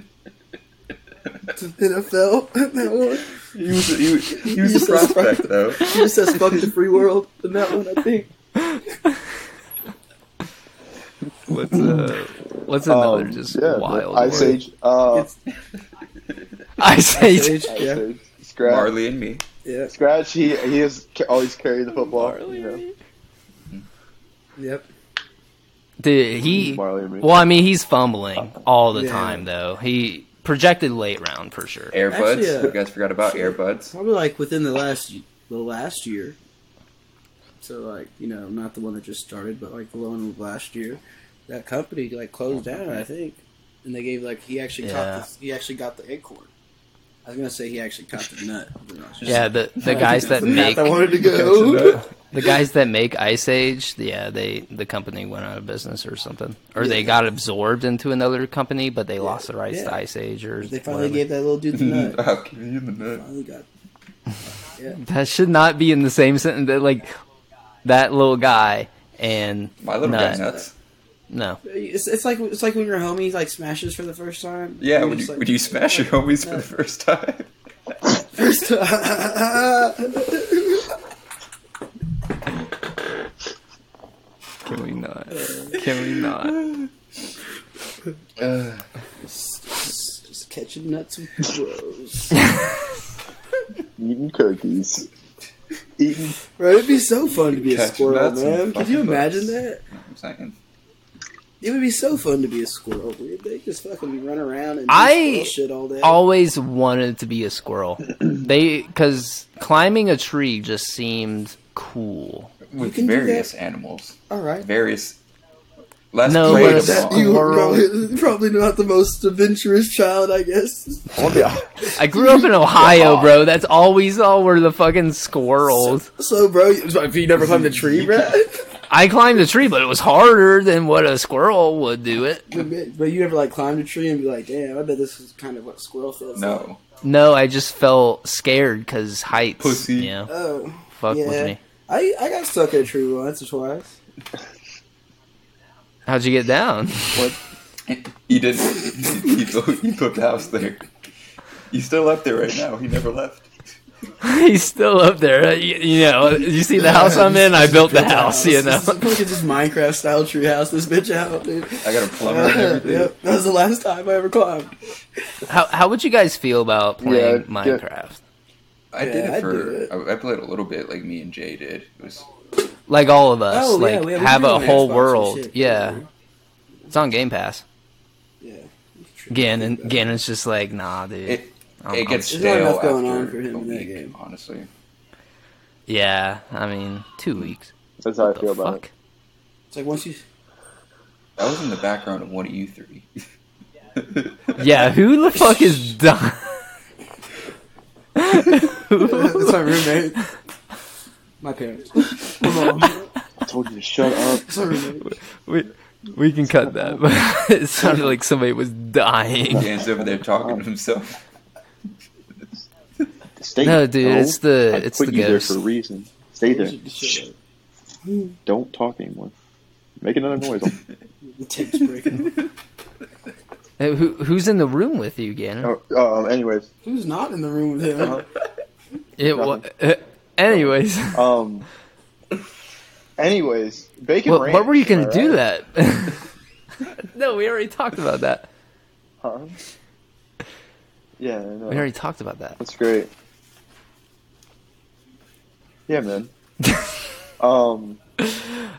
S4: to the NFL. in that one.
S2: he was he, was- he
S4: You
S2: was a
S4: said fuck.
S2: prospect though.
S4: He just says "fuck the free world" in that one. I think.
S1: What's uh, what's another
S3: Um,
S1: just
S3: yeah, the
S1: wild?
S3: Ice
S1: word?
S3: Age. Uh,
S4: It's-
S1: Ice Age.
S4: Sage,
S3: Ice
S4: yeah,
S3: Age. Scratch.
S2: Marley and me.
S4: yeah,
S3: Scratch. He he is ca- always carrying the football. you know.
S4: yep.
S1: Dude, he.
S3: Marley and me.
S1: Well, I mean, he's fumbling all the
S4: Yeah.
S1: time, though. He projected late round for sure.
S2: Airbuds.
S4: Actually, uh,
S2: you guys forgot about Airbuds.
S4: Probably like within the last the last year. So like you know, not the one that just started, but like the one of last year, that company like closed down, I think, and they gave like he actually
S1: Yeah.
S4: caught the, he actually got the acorn. I was gonna say he actually caught the nut. but no, it's just-
S1: Yeah, the the guys that
S4: the path
S1: make
S4: I wanted to
S2: Catch
S4: go.
S2: it up.
S1: the guys that make Ice Age, yeah, they the company went out of business or something, or they
S4: Yeah.
S1: got absorbed into another company, but they lost the rights
S4: yeah.
S1: to Ice Age or
S4: They finally
S1: whatever.
S4: gave that little dude the nut.
S2: I'll give you the nut.
S4: finally got. Yeah.
S1: that should not be in the same sentence. That, like that little guy and
S2: My little
S1: nut.
S2: guy nuts.
S1: No,
S4: It's, it's like it's like when your homie like smashes for the first time.
S2: Yeah,
S4: You're
S2: when
S4: just
S2: you
S4: like-
S2: when you smash your homies for the first time.
S4: first time.
S1: Can we not? Can we not?
S4: just, just catching nuts with bros.
S3: Eating cookies. Eating.
S4: Bro, it'd be so fun to be a
S2: Catching
S4: squirrel,
S2: nuts and
S4: man. Could
S2: fucking
S4: you imagine
S2: bugs.
S4: that?
S2: I'm saying.
S4: It would be so fun to be a squirrel. dude. They just fucking run around and do
S1: I-
S4: squirrel shit all day.
S1: Always wanted to be a squirrel. They because climbing a tree just seemed cool.
S2: With
S4: can do
S2: various
S4: that.
S2: animals,
S4: all right.
S2: various. Let's
S1: No,
S2: play
S1: but
S2: them
S1: that-
S2: all.
S4: You were
S1: Squirrel.
S4: probably, probably not the most adventurous child, I guess.
S3: I want to be a,
S1: I grew up in Ohio, bro. That's all we saw were the fucking squirrels.
S4: So, bro, you, if you never climbed a tree, bro,
S1: I climbed a tree, but it was harder than what a squirrel would do it.
S4: but you ever like climbed a tree and be like, "Damn, I bet this is kind of what squirrel feels like."
S2: No.
S1: No, I just felt scared because heights.
S2: Pussy.
S1: You know,
S4: Oh,
S1: fuck
S4: yeah.
S1: with me.
S4: I I got stuck in a tree once or twice.
S1: How'd you get down?
S2: He did. He built, he built the house there. He's still up there right now. He never left.
S1: He's still up there. You, you know, you see the house I'm in. I built the house. You know,
S4: This is fucking just Minecraft style tree house. This bitch out, dude.
S2: I got a plumber and everything.
S4: yep, that was the last time I ever climbed.
S1: how how would you guys feel about playing
S3: Yeah, yeah.
S1: Minecraft?
S2: I did
S4: Yeah, I
S2: it for.
S4: did it.
S2: I, I played a little bit, like me and Jay did. It was
S1: Like all of us,
S4: Oh, yeah,
S1: like
S4: we- we
S1: have
S4: do
S1: a
S4: on Xbox
S1: whole
S4: and
S1: world.
S4: shit.
S1: Yeah, it's on Game Pass.
S4: Yeah.
S1: Gannon, Gannon's just like, nah, dude.
S2: it.
S1: Oh, I'm-
S2: it gets
S4: There's not
S2: stale
S4: enough
S2: after
S4: going on for him
S2: a
S4: in that
S2: week,
S4: game.
S2: honestly.
S1: yeah, I mean, two weeks.
S3: that's how I
S1: The
S3: feel about
S1: fuck?
S3: it.
S4: It's like once you
S2: That was in the background of one of you three.
S1: Yeah, who the fuck is done?
S4: That's my roommate. My parents. My mom.
S3: I told you to shut up.
S4: That's my roommate.
S1: we we can cut that, but it sounded like somebody was dying.
S2: Dan's over there talking to himself.
S3: Stay.
S1: No, dude, it's the-
S3: I
S1: it's
S3: put
S1: the
S3: you
S1: ghost.
S3: there for a reason. Stay there. Shh,
S4: Shit.
S3: don't talk anymore. Make another noise.
S4: The tape's breaking.
S1: Hey, Who who's in the room with you, Gannon?
S3: oh, um, anyways,
S4: Who's not in the room with
S1: Uh-huh.
S4: him?
S1: It wa- uh, anyways,
S3: um, anyways, bacon.
S1: what,
S3: ranch,
S1: what were you
S3: am
S1: gonna
S3: I
S1: do
S3: right?
S1: that? no, we already talked about that.
S3: Huh? Yeah, I know.
S1: We already talked about that.
S3: That's great. Yeah, man. um.
S1: Uh,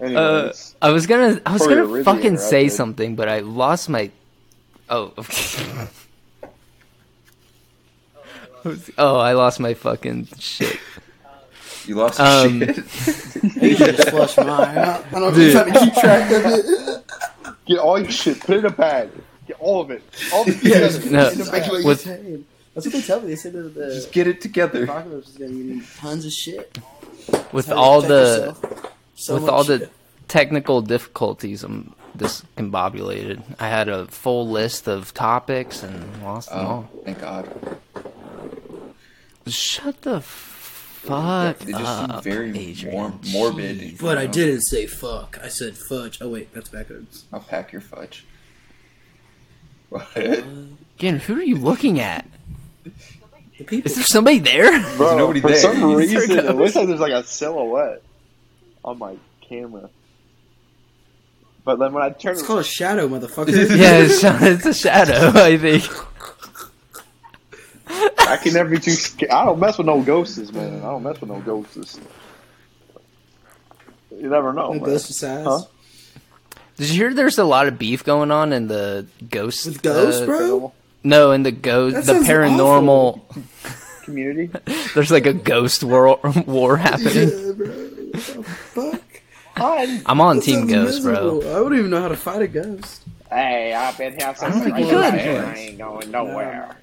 S3: Anyways,
S1: I was gonna I was
S3: Probably
S1: gonna
S3: originally
S1: fucking
S3: interrupted.
S1: say something, but I lost my. Oh. okay. I was- oh, I lost my fucking shit.
S2: You lost
S1: Um,
S2: shit.
S4: You just flush mine. I don't know if
S1: Dude.
S4: you're trying to keep track of it.
S3: get all your shit. Put it in a bag. Get all of it. All of it.
S4: Yeah.
S1: No,
S4: It's like what you
S1: what's-
S4: said. That's what they tell me. They said that the
S2: Just get it
S1: Oh.
S2: together.
S4: apocalypse is going to be tons of shit.
S1: With
S4: How to
S1: all
S4: protect
S1: the
S4: yourself. So
S1: with
S4: much
S1: all the
S4: shit.
S1: technical difficulties, I'm discombobulated. I had a full list of topics and lost them
S2: Oh,
S1: all.
S2: thank God.
S1: Shut the fuck
S2: It just seemed
S1: up,
S2: very
S1: Adrian.
S2: mor- morbid.
S1: Jeez.
S4: But I
S2: you know?
S4: didn't say fuck. I said fudge. Oh, wait, that's backwards.
S2: I'll pack your fudge. What?
S1: Again, who are you looking at?
S4: The people.
S1: Is there somebody there?
S3: Bro,
S2: nobody
S3: for
S2: there.
S3: some
S2: He's-
S3: reason, it looks like there's like a silhouette on my camera. But then when I turn,
S4: It's called a shadow, motherfucker.
S1: yeah, it's, it's a shadow. I think.
S3: I can never be too. Scared. I don't mess with no ghosts, man. I don't mess with no ghosts. You never
S1: Oh
S3: know.
S4: With
S3: man.
S4: ghost size.
S3: Huh?
S1: Did you hear? There's a lot of beef going on in the ghost.
S4: With ghosts,
S1: uh,
S4: bro?
S1: No, in the ghost,
S4: That
S1: the
S4: sounds
S1: paranormal.
S3: Community.
S1: There's like a ghost war war happening.
S4: Yeah, bro. What the fuck?
S3: Hi.
S1: I'm on
S4: That
S1: Team
S4: sounds
S1: Ghost, bro.
S4: miserable. I wouldn't even know how to fight a ghost.
S3: Hey, I've been here since
S1: think
S3: I
S1: you could.
S3: ain't going nowhere.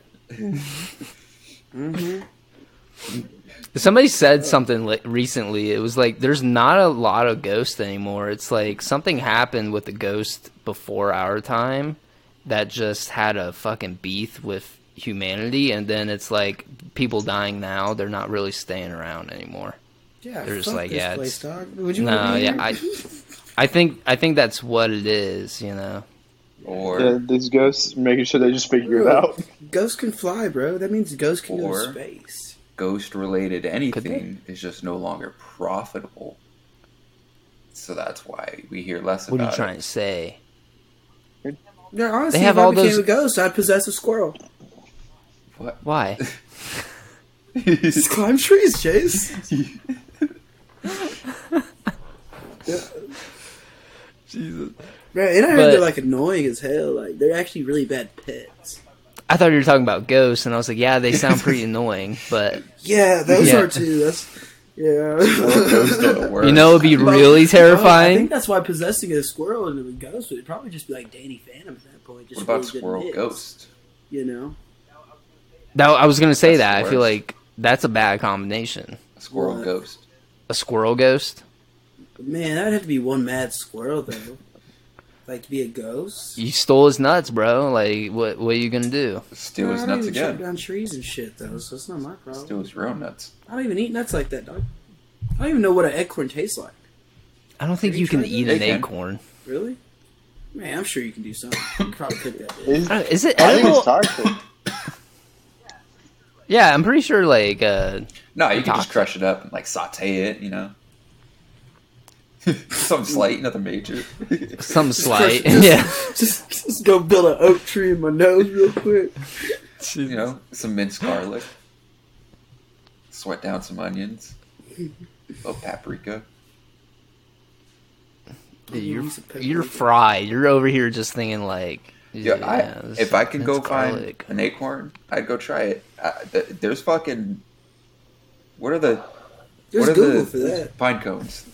S1: Somebody said something li- recently. It was like there's not a lot of ghosts anymore. It's like something happened with the ghost before our time that just had a fucking beef with humanity, and then it's like people dying now. They're not really staying around anymore.
S4: Yeah,
S1: They're just
S4: fuck
S1: like,
S4: this
S1: yeah,
S4: place, dog. Would you
S1: No,
S4: wanna be
S1: yeah,
S4: here?
S1: I, I think I think that's what it is. You know,
S2: Or
S3: Yeah, these ghosts making sure they just figure it out.
S4: Ghosts can fly, bro. That means ghosts can go
S2: Or-
S4: to space.
S2: ghost related anything is just no longer profitable. So that's why we hear less
S1: What are
S2: about
S1: you
S2: it.
S1: trying to say?
S4: Yeah, honestly,
S1: They have
S4: if
S1: all
S4: I became
S1: those-
S4: a ghost, I'd possess a squirrel.
S2: What?
S1: Why?
S4: Just climb trees, Chase.
S1: Jesus.
S4: Right, and I heard
S1: But-
S4: they're like annoying as hell. Like they're actually really bad pets.
S1: I thought you were talking about ghosts, and I was like, yeah, they sound pretty annoying, but
S4: Yeah, those
S1: Yeah.
S4: are two. That's yeah.
S2: Ghosts are the worst.
S1: you know, it'd be
S4: Well,
S1: really
S4: I
S1: terrifying.
S4: think that's why possessing a squirrel and a ghost would probably just be like Danny Phantom at that point. Just
S2: what about
S4: really good
S2: squirrel
S4: mix,
S2: ghost?
S4: You know,
S1: That, I was gonna say
S2: That's
S1: that.
S2: the
S1: I feel
S2: worst.
S1: like that's a bad combination.
S2: A squirrel
S4: What?
S2: ghost.
S1: A squirrel ghost.
S4: but man, that would have to be one mad squirrel though. Like to be a ghost.
S1: You stole his nuts, bro. Like, what? What are you gonna do?
S2: Steal
S4: Bro,
S2: his
S4: I don't
S2: nuts
S4: even chop
S2: again.
S4: down trees and shit though, so it's not my problem.
S2: Steal his real nuts.
S4: I don't even eat nuts like that, dog. I don't even know what an acorn tastes like.
S1: I don't think
S4: Have
S1: you
S4: you
S1: can
S4: tried
S1: eat
S2: that?
S1: an
S2: They can.
S1: acorn.
S4: Really? Man, I'm sure you can do something. You can probably cook that. Bitch.
S3: Is,
S1: I don't- Is it
S3: I think it's
S1: edible?
S3: toxic.
S1: Yeah, I'm pretty sure. Like, uh,
S2: No, you can
S1: Toxic.
S2: just crush it up and like saute it, you know. Something slight, nothing major.
S1: some slight.
S4: crush it.
S1: yeah.
S4: Just, just go build an oak tree in my nose real quick.
S2: you know, some minced garlic. Sweat down some onions. A little paprika.
S1: Dude, you're
S4: Piece of paper.
S1: you're fried. You're over here just thinking like,
S2: Yeah, I,
S1: this-
S2: if I could go
S1: that's garlic.
S2: find an acorn, I'd go try it. Uh, th- there's fucking. What are the?
S4: There's
S2: what are
S4: Google
S2: the
S4: for that.
S2: pine cones?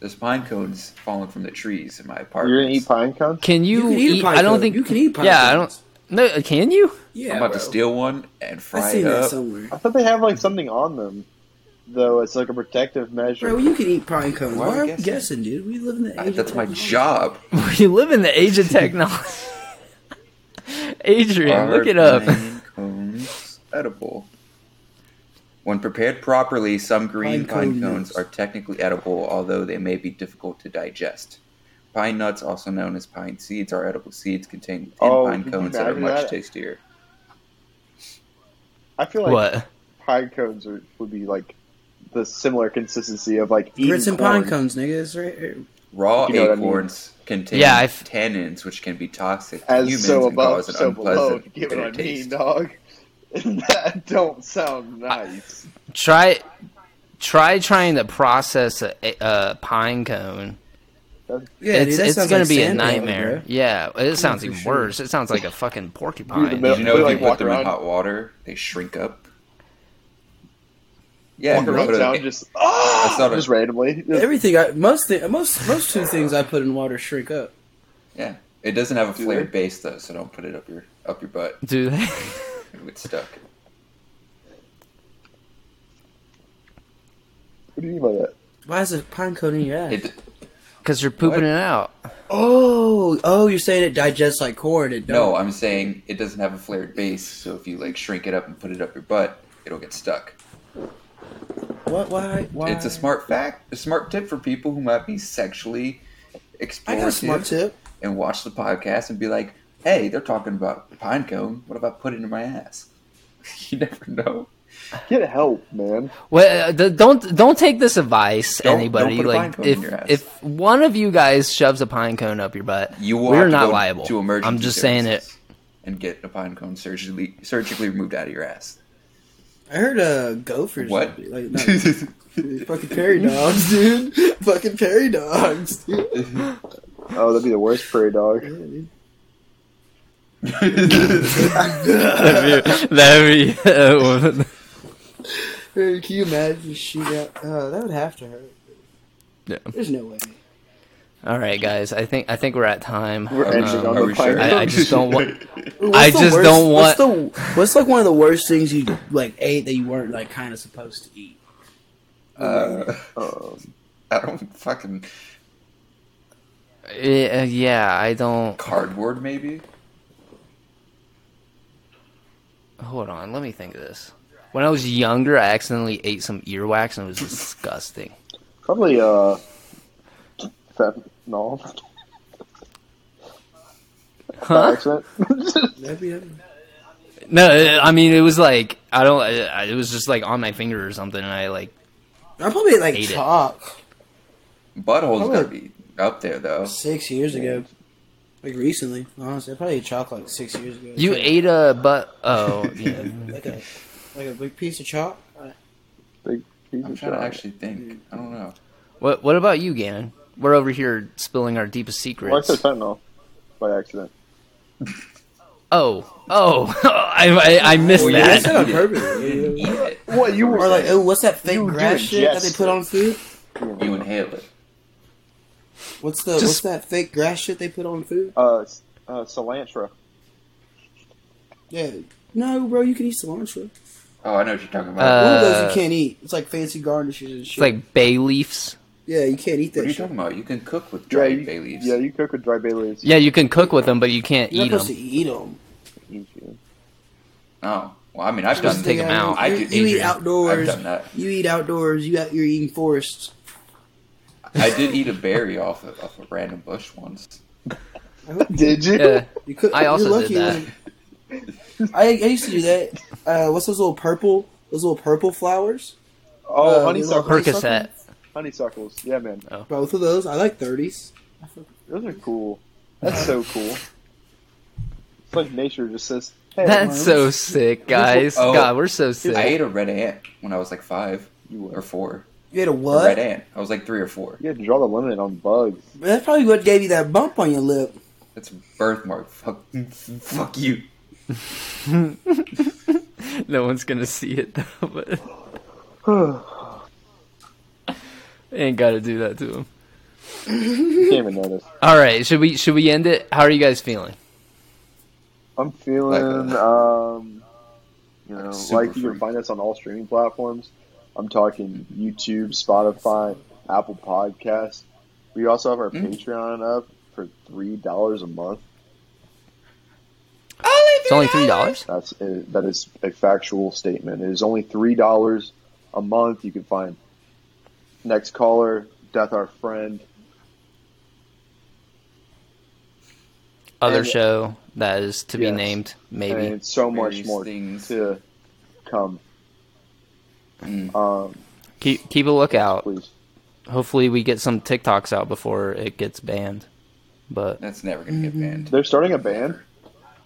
S2: There's pine cones falling from the trees in my apartment.
S3: You're gonna eat pine cones?
S1: can you,
S4: can
S1: eat? I don't
S4: cone.
S1: think
S4: you can eat pine
S1: Yeah, I don't.
S4: cones.
S1: No, can you?
S4: Yeah,
S2: I'm about to
S4: bro.
S2: steal one and
S4: I
S2: fry
S4: seen
S2: it
S4: that
S2: up.
S4: somewhere.
S3: I thought they have like something on them, though. It's like a protective measure.
S4: Bro, you can eat pine cones.
S2: Why
S4: Why,
S2: would I
S4: are you
S2: guess
S4: guessing, dude? We live in the
S2: I-
S4: age. of
S2: that's my
S4: technology.
S2: job.
S1: We live in the age of technology. Adrian,
S2: Are
S1: look it up.
S2: pine cones edible? When prepared properly, some green
S4: Pine
S2: pine,
S4: cone
S2: cones
S4: nuts.
S2: are technically edible, although they may be difficult to digest. Pine nuts, also known as pine seeds, are edible seeds contained in
S3: Oh,
S2: pine
S3: could you
S2: cones that are
S3: imagine
S2: much
S3: that?
S2: tastier.
S3: I feel like
S1: What?
S3: pine cones are, would be like the similar consistency of like eating
S4: Grits and pine
S3: corn.
S4: cones, nigga. It's right here.
S2: Raw
S3: You know what I mean.
S2: acorns contain
S1: Yeah, I've-
S2: tannins, which can be toxic to
S3: As
S2: humans
S3: so
S2: and
S3: above,
S2: cause an
S3: so below.
S2: unpleasant
S3: if You get what
S2: bitter
S3: I mean,
S2: taste.
S3: dog? that don't sound nice.
S1: Try, try trying to process a, a pine cone.
S4: Yeah,
S1: it's
S4: dude, that
S1: it's
S4: sounds
S1: gonna
S4: like
S1: be a
S4: sandpaper,
S1: nightmare.
S4: bro.
S1: Yeah, it sounds
S4: for
S1: even
S4: sure.
S1: worse. It sounds like a fucking
S3: Dude,
S1: porcupine.
S3: the
S2: Did you know
S3: They,
S2: if
S3: like,
S2: you put
S3: walk
S2: them in
S3: around-
S2: hot water, they shrink up? Yeah,
S3: Walk
S2: if you
S3: around
S2: put a-
S3: town just ah,
S2: saw that.
S3: just randomly.
S4: Everything, I, most thi- most most two things I put in water shrink up.
S2: Yeah, it doesn't have a
S3: Do
S2: flared
S3: they?
S2: base though, so don't put it up your up your butt.
S1: Dude,
S2: It would stuck.
S3: What do you mean by that?
S4: Why is a pine cone in your ass?
S2: It,
S1: because you're pooping
S2: What?
S1: it out.
S4: oh, oh, you're saying it digests like corn? It
S2: no,
S4: don't.
S2: I'm saying it doesn't have a flared base, so if you like shrink it up and put it up your butt, it'll get stuck.
S4: What? Why? Why?
S2: It's a smart fact, a smart tip for people who might be sexually
S4: I got a smart
S2: explorative
S4: tip.
S2: and watch the podcast and be like, "Hey, they're talking about pine cone. What if I put it in my ass?" you never know.
S3: Get help, man.
S1: Well, uh, th- don't don't take this advice,
S2: Don't-
S1: anybody.
S2: don't put a pine
S1: like,
S2: cone in
S1: if
S2: your ass.
S1: if one of you guys shoves a pine cone up your butt,
S2: You will
S1: we're
S2: have to
S1: not
S2: go
S1: liable.
S2: to emergency.
S1: I'm just saying it.
S2: services And get a pine cone surgically surgically removed out of your ass.
S4: I heard uh, gophers.
S2: What?
S4: Like, not, fucking prairie dogs, dude. fucking prairie dogs, dude.
S3: Oh, that'd be the worst prairie dog.
S4: Yeah, dude.
S1: That'd be- that'd be- uh,
S4: Dude, Can you imagine she got? Uh, that would have to hurt.
S1: Yeah.
S4: There's no way.
S1: All right, guys. I think I think we're at time.
S3: We're ending
S1: Um,
S3: on
S2: are
S3: the
S2: we
S3: pine
S2: sure?
S1: I, I just don't want.
S4: What's
S1: I
S4: the
S1: just
S4: worst-
S1: don't
S4: What's, the, what's like one of the worst things you like ate that you weren't like kind of supposed to eat?
S2: Uh,
S3: Um,
S2: I don't fucking
S1: Uh, yeah, I don't.
S2: cardboard maybe.
S1: Hold on. Let me think of this. When I was younger, I accidentally ate some earwax and it was disgusting.
S3: Probably uh, fentanyl.
S1: Huh?
S3: Accident.
S4: That'd be-
S1: No, it- I mean it was like I don't. uh, I- It was just like on my finger or something, and I like
S4: I probably like
S1: Ate it.
S4: chalk
S2: Butthole's
S4: Probably-
S2: gotta be up there though.
S4: six years ago, like recently. Honestly, I probably ate chalk like six years ago.
S1: you ate a butt. Oh, yeah.
S4: like a like a big piece of chalk. I-
S3: Big piece
S2: I'm
S3: of
S2: trying
S3: shit.
S2: to actually think. I don't know.
S1: what What about you, Gannon? We're over here spilling our deepest
S3: Well, I
S1: secrets.
S3: said fentanyl by accident.
S1: Oh, oh, I I, I missed
S2: Well, you
S4: I
S1: that.
S2: didn't-
S4: said on purpose.
S2: You didn't eat it.
S3: What you were
S4: Or like, oh, what's that fake
S3: You did
S4: grass shit that they
S3: jest.
S4: put on food?
S2: You inhale it.
S4: What's the what's
S1: Just-
S4: that fake grass shit they put on food?
S3: uh, s- uh, cilantro.
S4: Yeah. No, bro, you can eat cilantro.
S2: Oh, I know what you're talking
S1: Uh,
S2: about.
S4: One of those you can't eat. It's like fancy garnishes and
S1: It's
S4: shit.
S1: like bay leaves.
S4: yeah, you can't eat
S2: what are
S4: that
S2: you
S4: shit.
S2: talking about? You can cook with dried
S3: yeah, you,
S2: bay leaves.
S3: Yeah, you cook with dry bay leaves.
S1: Yeah, you can cook with them, but you can't
S4: You're
S1: eat
S4: not
S1: them.
S4: supposed to eat them.
S3: You-
S2: Oh, well, I mean, I've
S1: Just
S2: done
S1: take 'em out.
S2: I
S4: You,
S2: do-
S4: you eat
S2: Adrian, I've
S4: outdoors.
S2: done that.
S4: You eat outdoors. You out, you're eating forests.
S2: I did eat a berry off of, off a random bush once.
S3: Did you?
S1: Yeah.
S4: You could,
S1: I also
S4: you're lucky
S1: did that.
S4: when- I, I used to do that. Uh, what's those little purple? Those little purple flowers.
S3: Oh,
S4: Uh,
S3: honeysuckles.
S4: Honeysuckle?
S1: Percocet.
S3: honeysuckles. Yeah, man.
S4: Both of those. I like thirties.
S3: Those are cool. That's so cool. It's like nature just says, hey,
S1: That's so sick, guys.
S2: Oh.
S1: God, we're so
S2: I
S1: sick.
S2: ate a red ant when I was like five or four.
S4: You had a
S2: A
S4: what?
S2: red ant. I was like three or four.
S3: you had to draw the limit on bugs.
S4: That's probably what gave you that bump on your lip.
S2: That's a birthmark. Fuck, fuck you.
S1: No one's gonna see it though, but ain't gotta do that to him.
S3: You can't even notice.
S1: All right, should we should we end it? How are you guys feeling?
S3: I'm feeling,
S2: Like a-
S3: um, you know,
S2: a super
S3: like you can
S2: freak.
S3: find us on all streaming platforms. I'm talking YouTube, Spotify, Apple Podcasts. We also have our Patreon up for three dollars a month.
S1: It's only three dollars.
S3: That's that is a factual statement. It is only three dollars a month. You can find next caller, death our friend,
S1: Other
S3: And-
S1: show that is to
S3: Yes.
S1: be named, maybe.
S3: and so much
S2: Various
S3: more
S2: things.
S3: to come.
S2: Mm.
S3: Um,
S1: Keep keep a lookout.
S3: please,
S1: Hopefully, we get some TikToks out before it gets banned. But
S2: That's never gonna get banned.
S3: they're starting a band.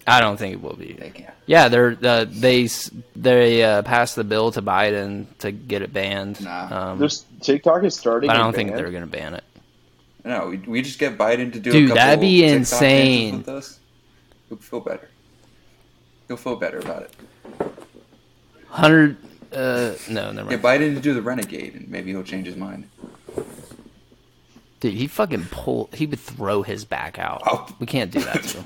S1: I don't think it will be.
S2: They can't.
S1: Yeah, they're uh, they s- they uh, passed the bill to Biden to get it banned.
S2: Nah.
S1: um, but
S3: There's TikTok is starting.
S1: I
S3: a
S1: don't think
S3: band.
S1: they're gonna ban it.
S2: No, we, we just get Biden to do. a
S1: Dude,
S2: couple
S1: that'd be
S2: TikTok dances
S1: insane.
S2: With us. He'll feel better. He'll feel better about it.
S1: Hundred. Uh, no, never mind.
S2: Get Biden to do the renegade, and maybe he'll change his mind.
S1: Dude, he fucking pull. He would throw his back out.
S2: Oh.
S1: We can't do that to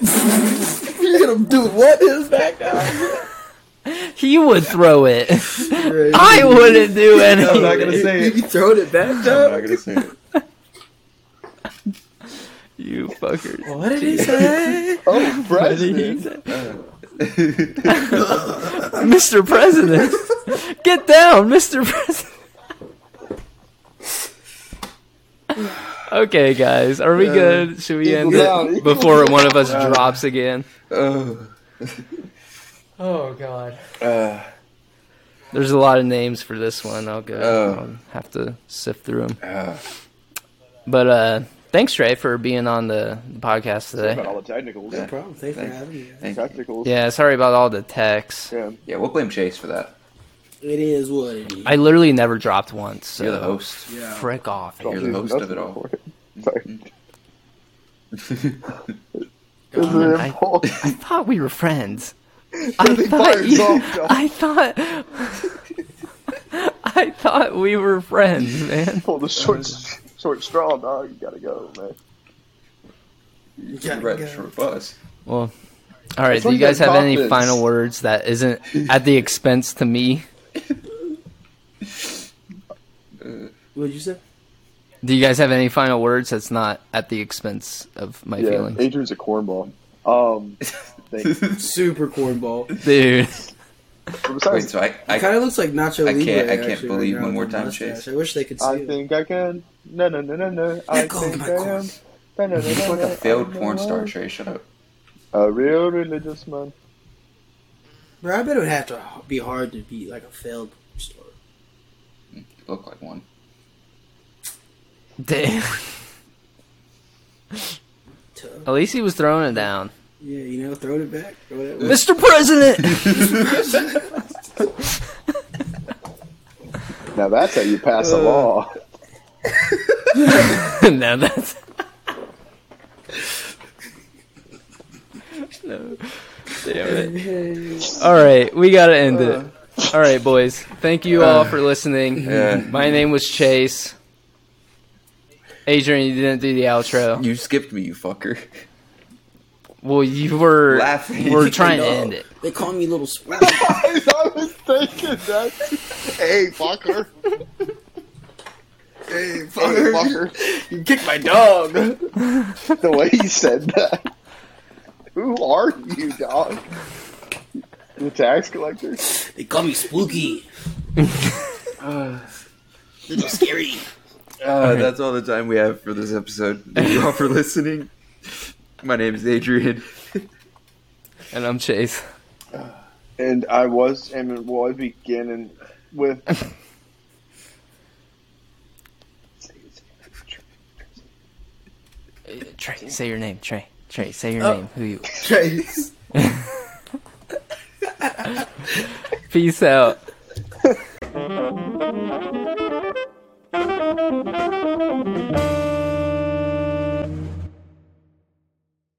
S1: him.
S4: You're gonna do what is that guy?
S1: he would throw it. I wouldn't do anything.
S2: I'm not gonna say
S4: You
S2: it.
S4: throwing it back,
S2: I'm not
S4: dog?
S2: gonna say it.
S1: You fucker.
S4: What did he say?
S3: Oh, president.
S1: Mr. President, get down, Mr. President. okay, guys, are we good? Should we end
S3: down,
S1: it
S3: eagle
S1: before one of us drops again?
S2: Ugh.
S1: Oh God.
S2: Uh,
S1: There's a lot of names for this one. I'll go.
S2: Oh.
S1: I'll have to sift through them.
S2: uh,
S1: But uh, thanks, Trey, for being on the podcast
S3: Sorry
S1: today.
S3: about all the technicals.
S2: Yeah.
S4: Problem. Thanks for
S2: Thank-
S4: having me. guys.
S2: thank you.
S3: Technicals.
S1: Yeah, sorry about all the texts.
S3: Yeah.
S2: Yeah, we'll blame Chase for that.
S4: It is what it is.
S1: I literally never dropped once. So
S2: You're the host.
S4: Yeah.
S1: Frick off.
S2: You're the host of it all. Mm-hmm.
S3: Sorry. This is
S1: I-
S3: important.
S1: I thought we were friends. I
S3: They
S1: thought
S3: fired
S1: you-
S3: both of us.
S1: I thought. I thought we were friends, man.
S3: Pull the short, short straw, dog. You gotta go, man.
S4: You
S2: You
S4: gotta
S2: read
S4: go.
S2: the short bus.
S1: Well, all right.
S3: It's
S1: Do you
S3: like
S1: guys
S3: that
S1: have any
S3: confidence.
S1: final words that isn't at the expense to me?
S4: What'd you say?
S1: Do you guys have any final words that's not at the expense of my
S3: Yeah,
S1: feelings,
S3: Adrian's a cornball. Um, thanks.
S4: Super cornball.
S1: dude?
S3: But
S2: Wait,
S3: besides,
S2: so I, I
S4: It kind of looks like Nacho
S2: I can't-
S4: Libre.
S2: I can't
S4: actually,
S2: believe
S4: right now
S2: one more
S4: with the
S2: time,
S4: mustache.
S2: Chase.
S4: I wish they could see
S3: I
S4: it.
S3: think I can. No, no, no, no, no. I
S4: Let go of
S3: think
S4: my
S3: I am. No, no, no, no,
S2: like
S3: no,
S2: a failed
S3: I'm
S2: porn star.
S3: one.
S2: Trey, shut up.
S3: A real religious man.
S4: Bro, I bet it would have to be hard to be like a failed porn star.
S2: Look like one.
S1: Damn.
S4: Tough.
S1: At least he was throwing it down.
S4: Yeah, you know, throwing it back or whatever.
S1: Mr. President!
S3: Now that's how you pass a law.
S1: no, that's. no. Damn it. All right, we got to end it. All right, boys. Thank you all for listening.
S2: Uh. Yeah.
S1: My name was Chase. Adrian, you didn't do the outro.
S2: You skipped me, you fucker.
S1: Well, you were
S2: Laughing.
S1: We're trying to
S4: No,
S1: end it.
S4: They call me little squirrel.
S3: I was thinking that. Hey, fucker.
S4: hey,
S3: Hey, fucker.
S4: you kicked my dog.
S3: The way he said that. Who are you, dog? The tax collector?
S4: They call me spooky. little scary.
S2: Uh, That's all the time we have for this episode. Thank you all for listening. My name is Adrian.
S1: And I'm Chase.
S3: And I was, and it was beginning with.
S1: Uh, Trey, say your name. Trey. Trey, say your
S4: Oh.
S1: name. Who you?
S4: Trace.
S1: Peace out.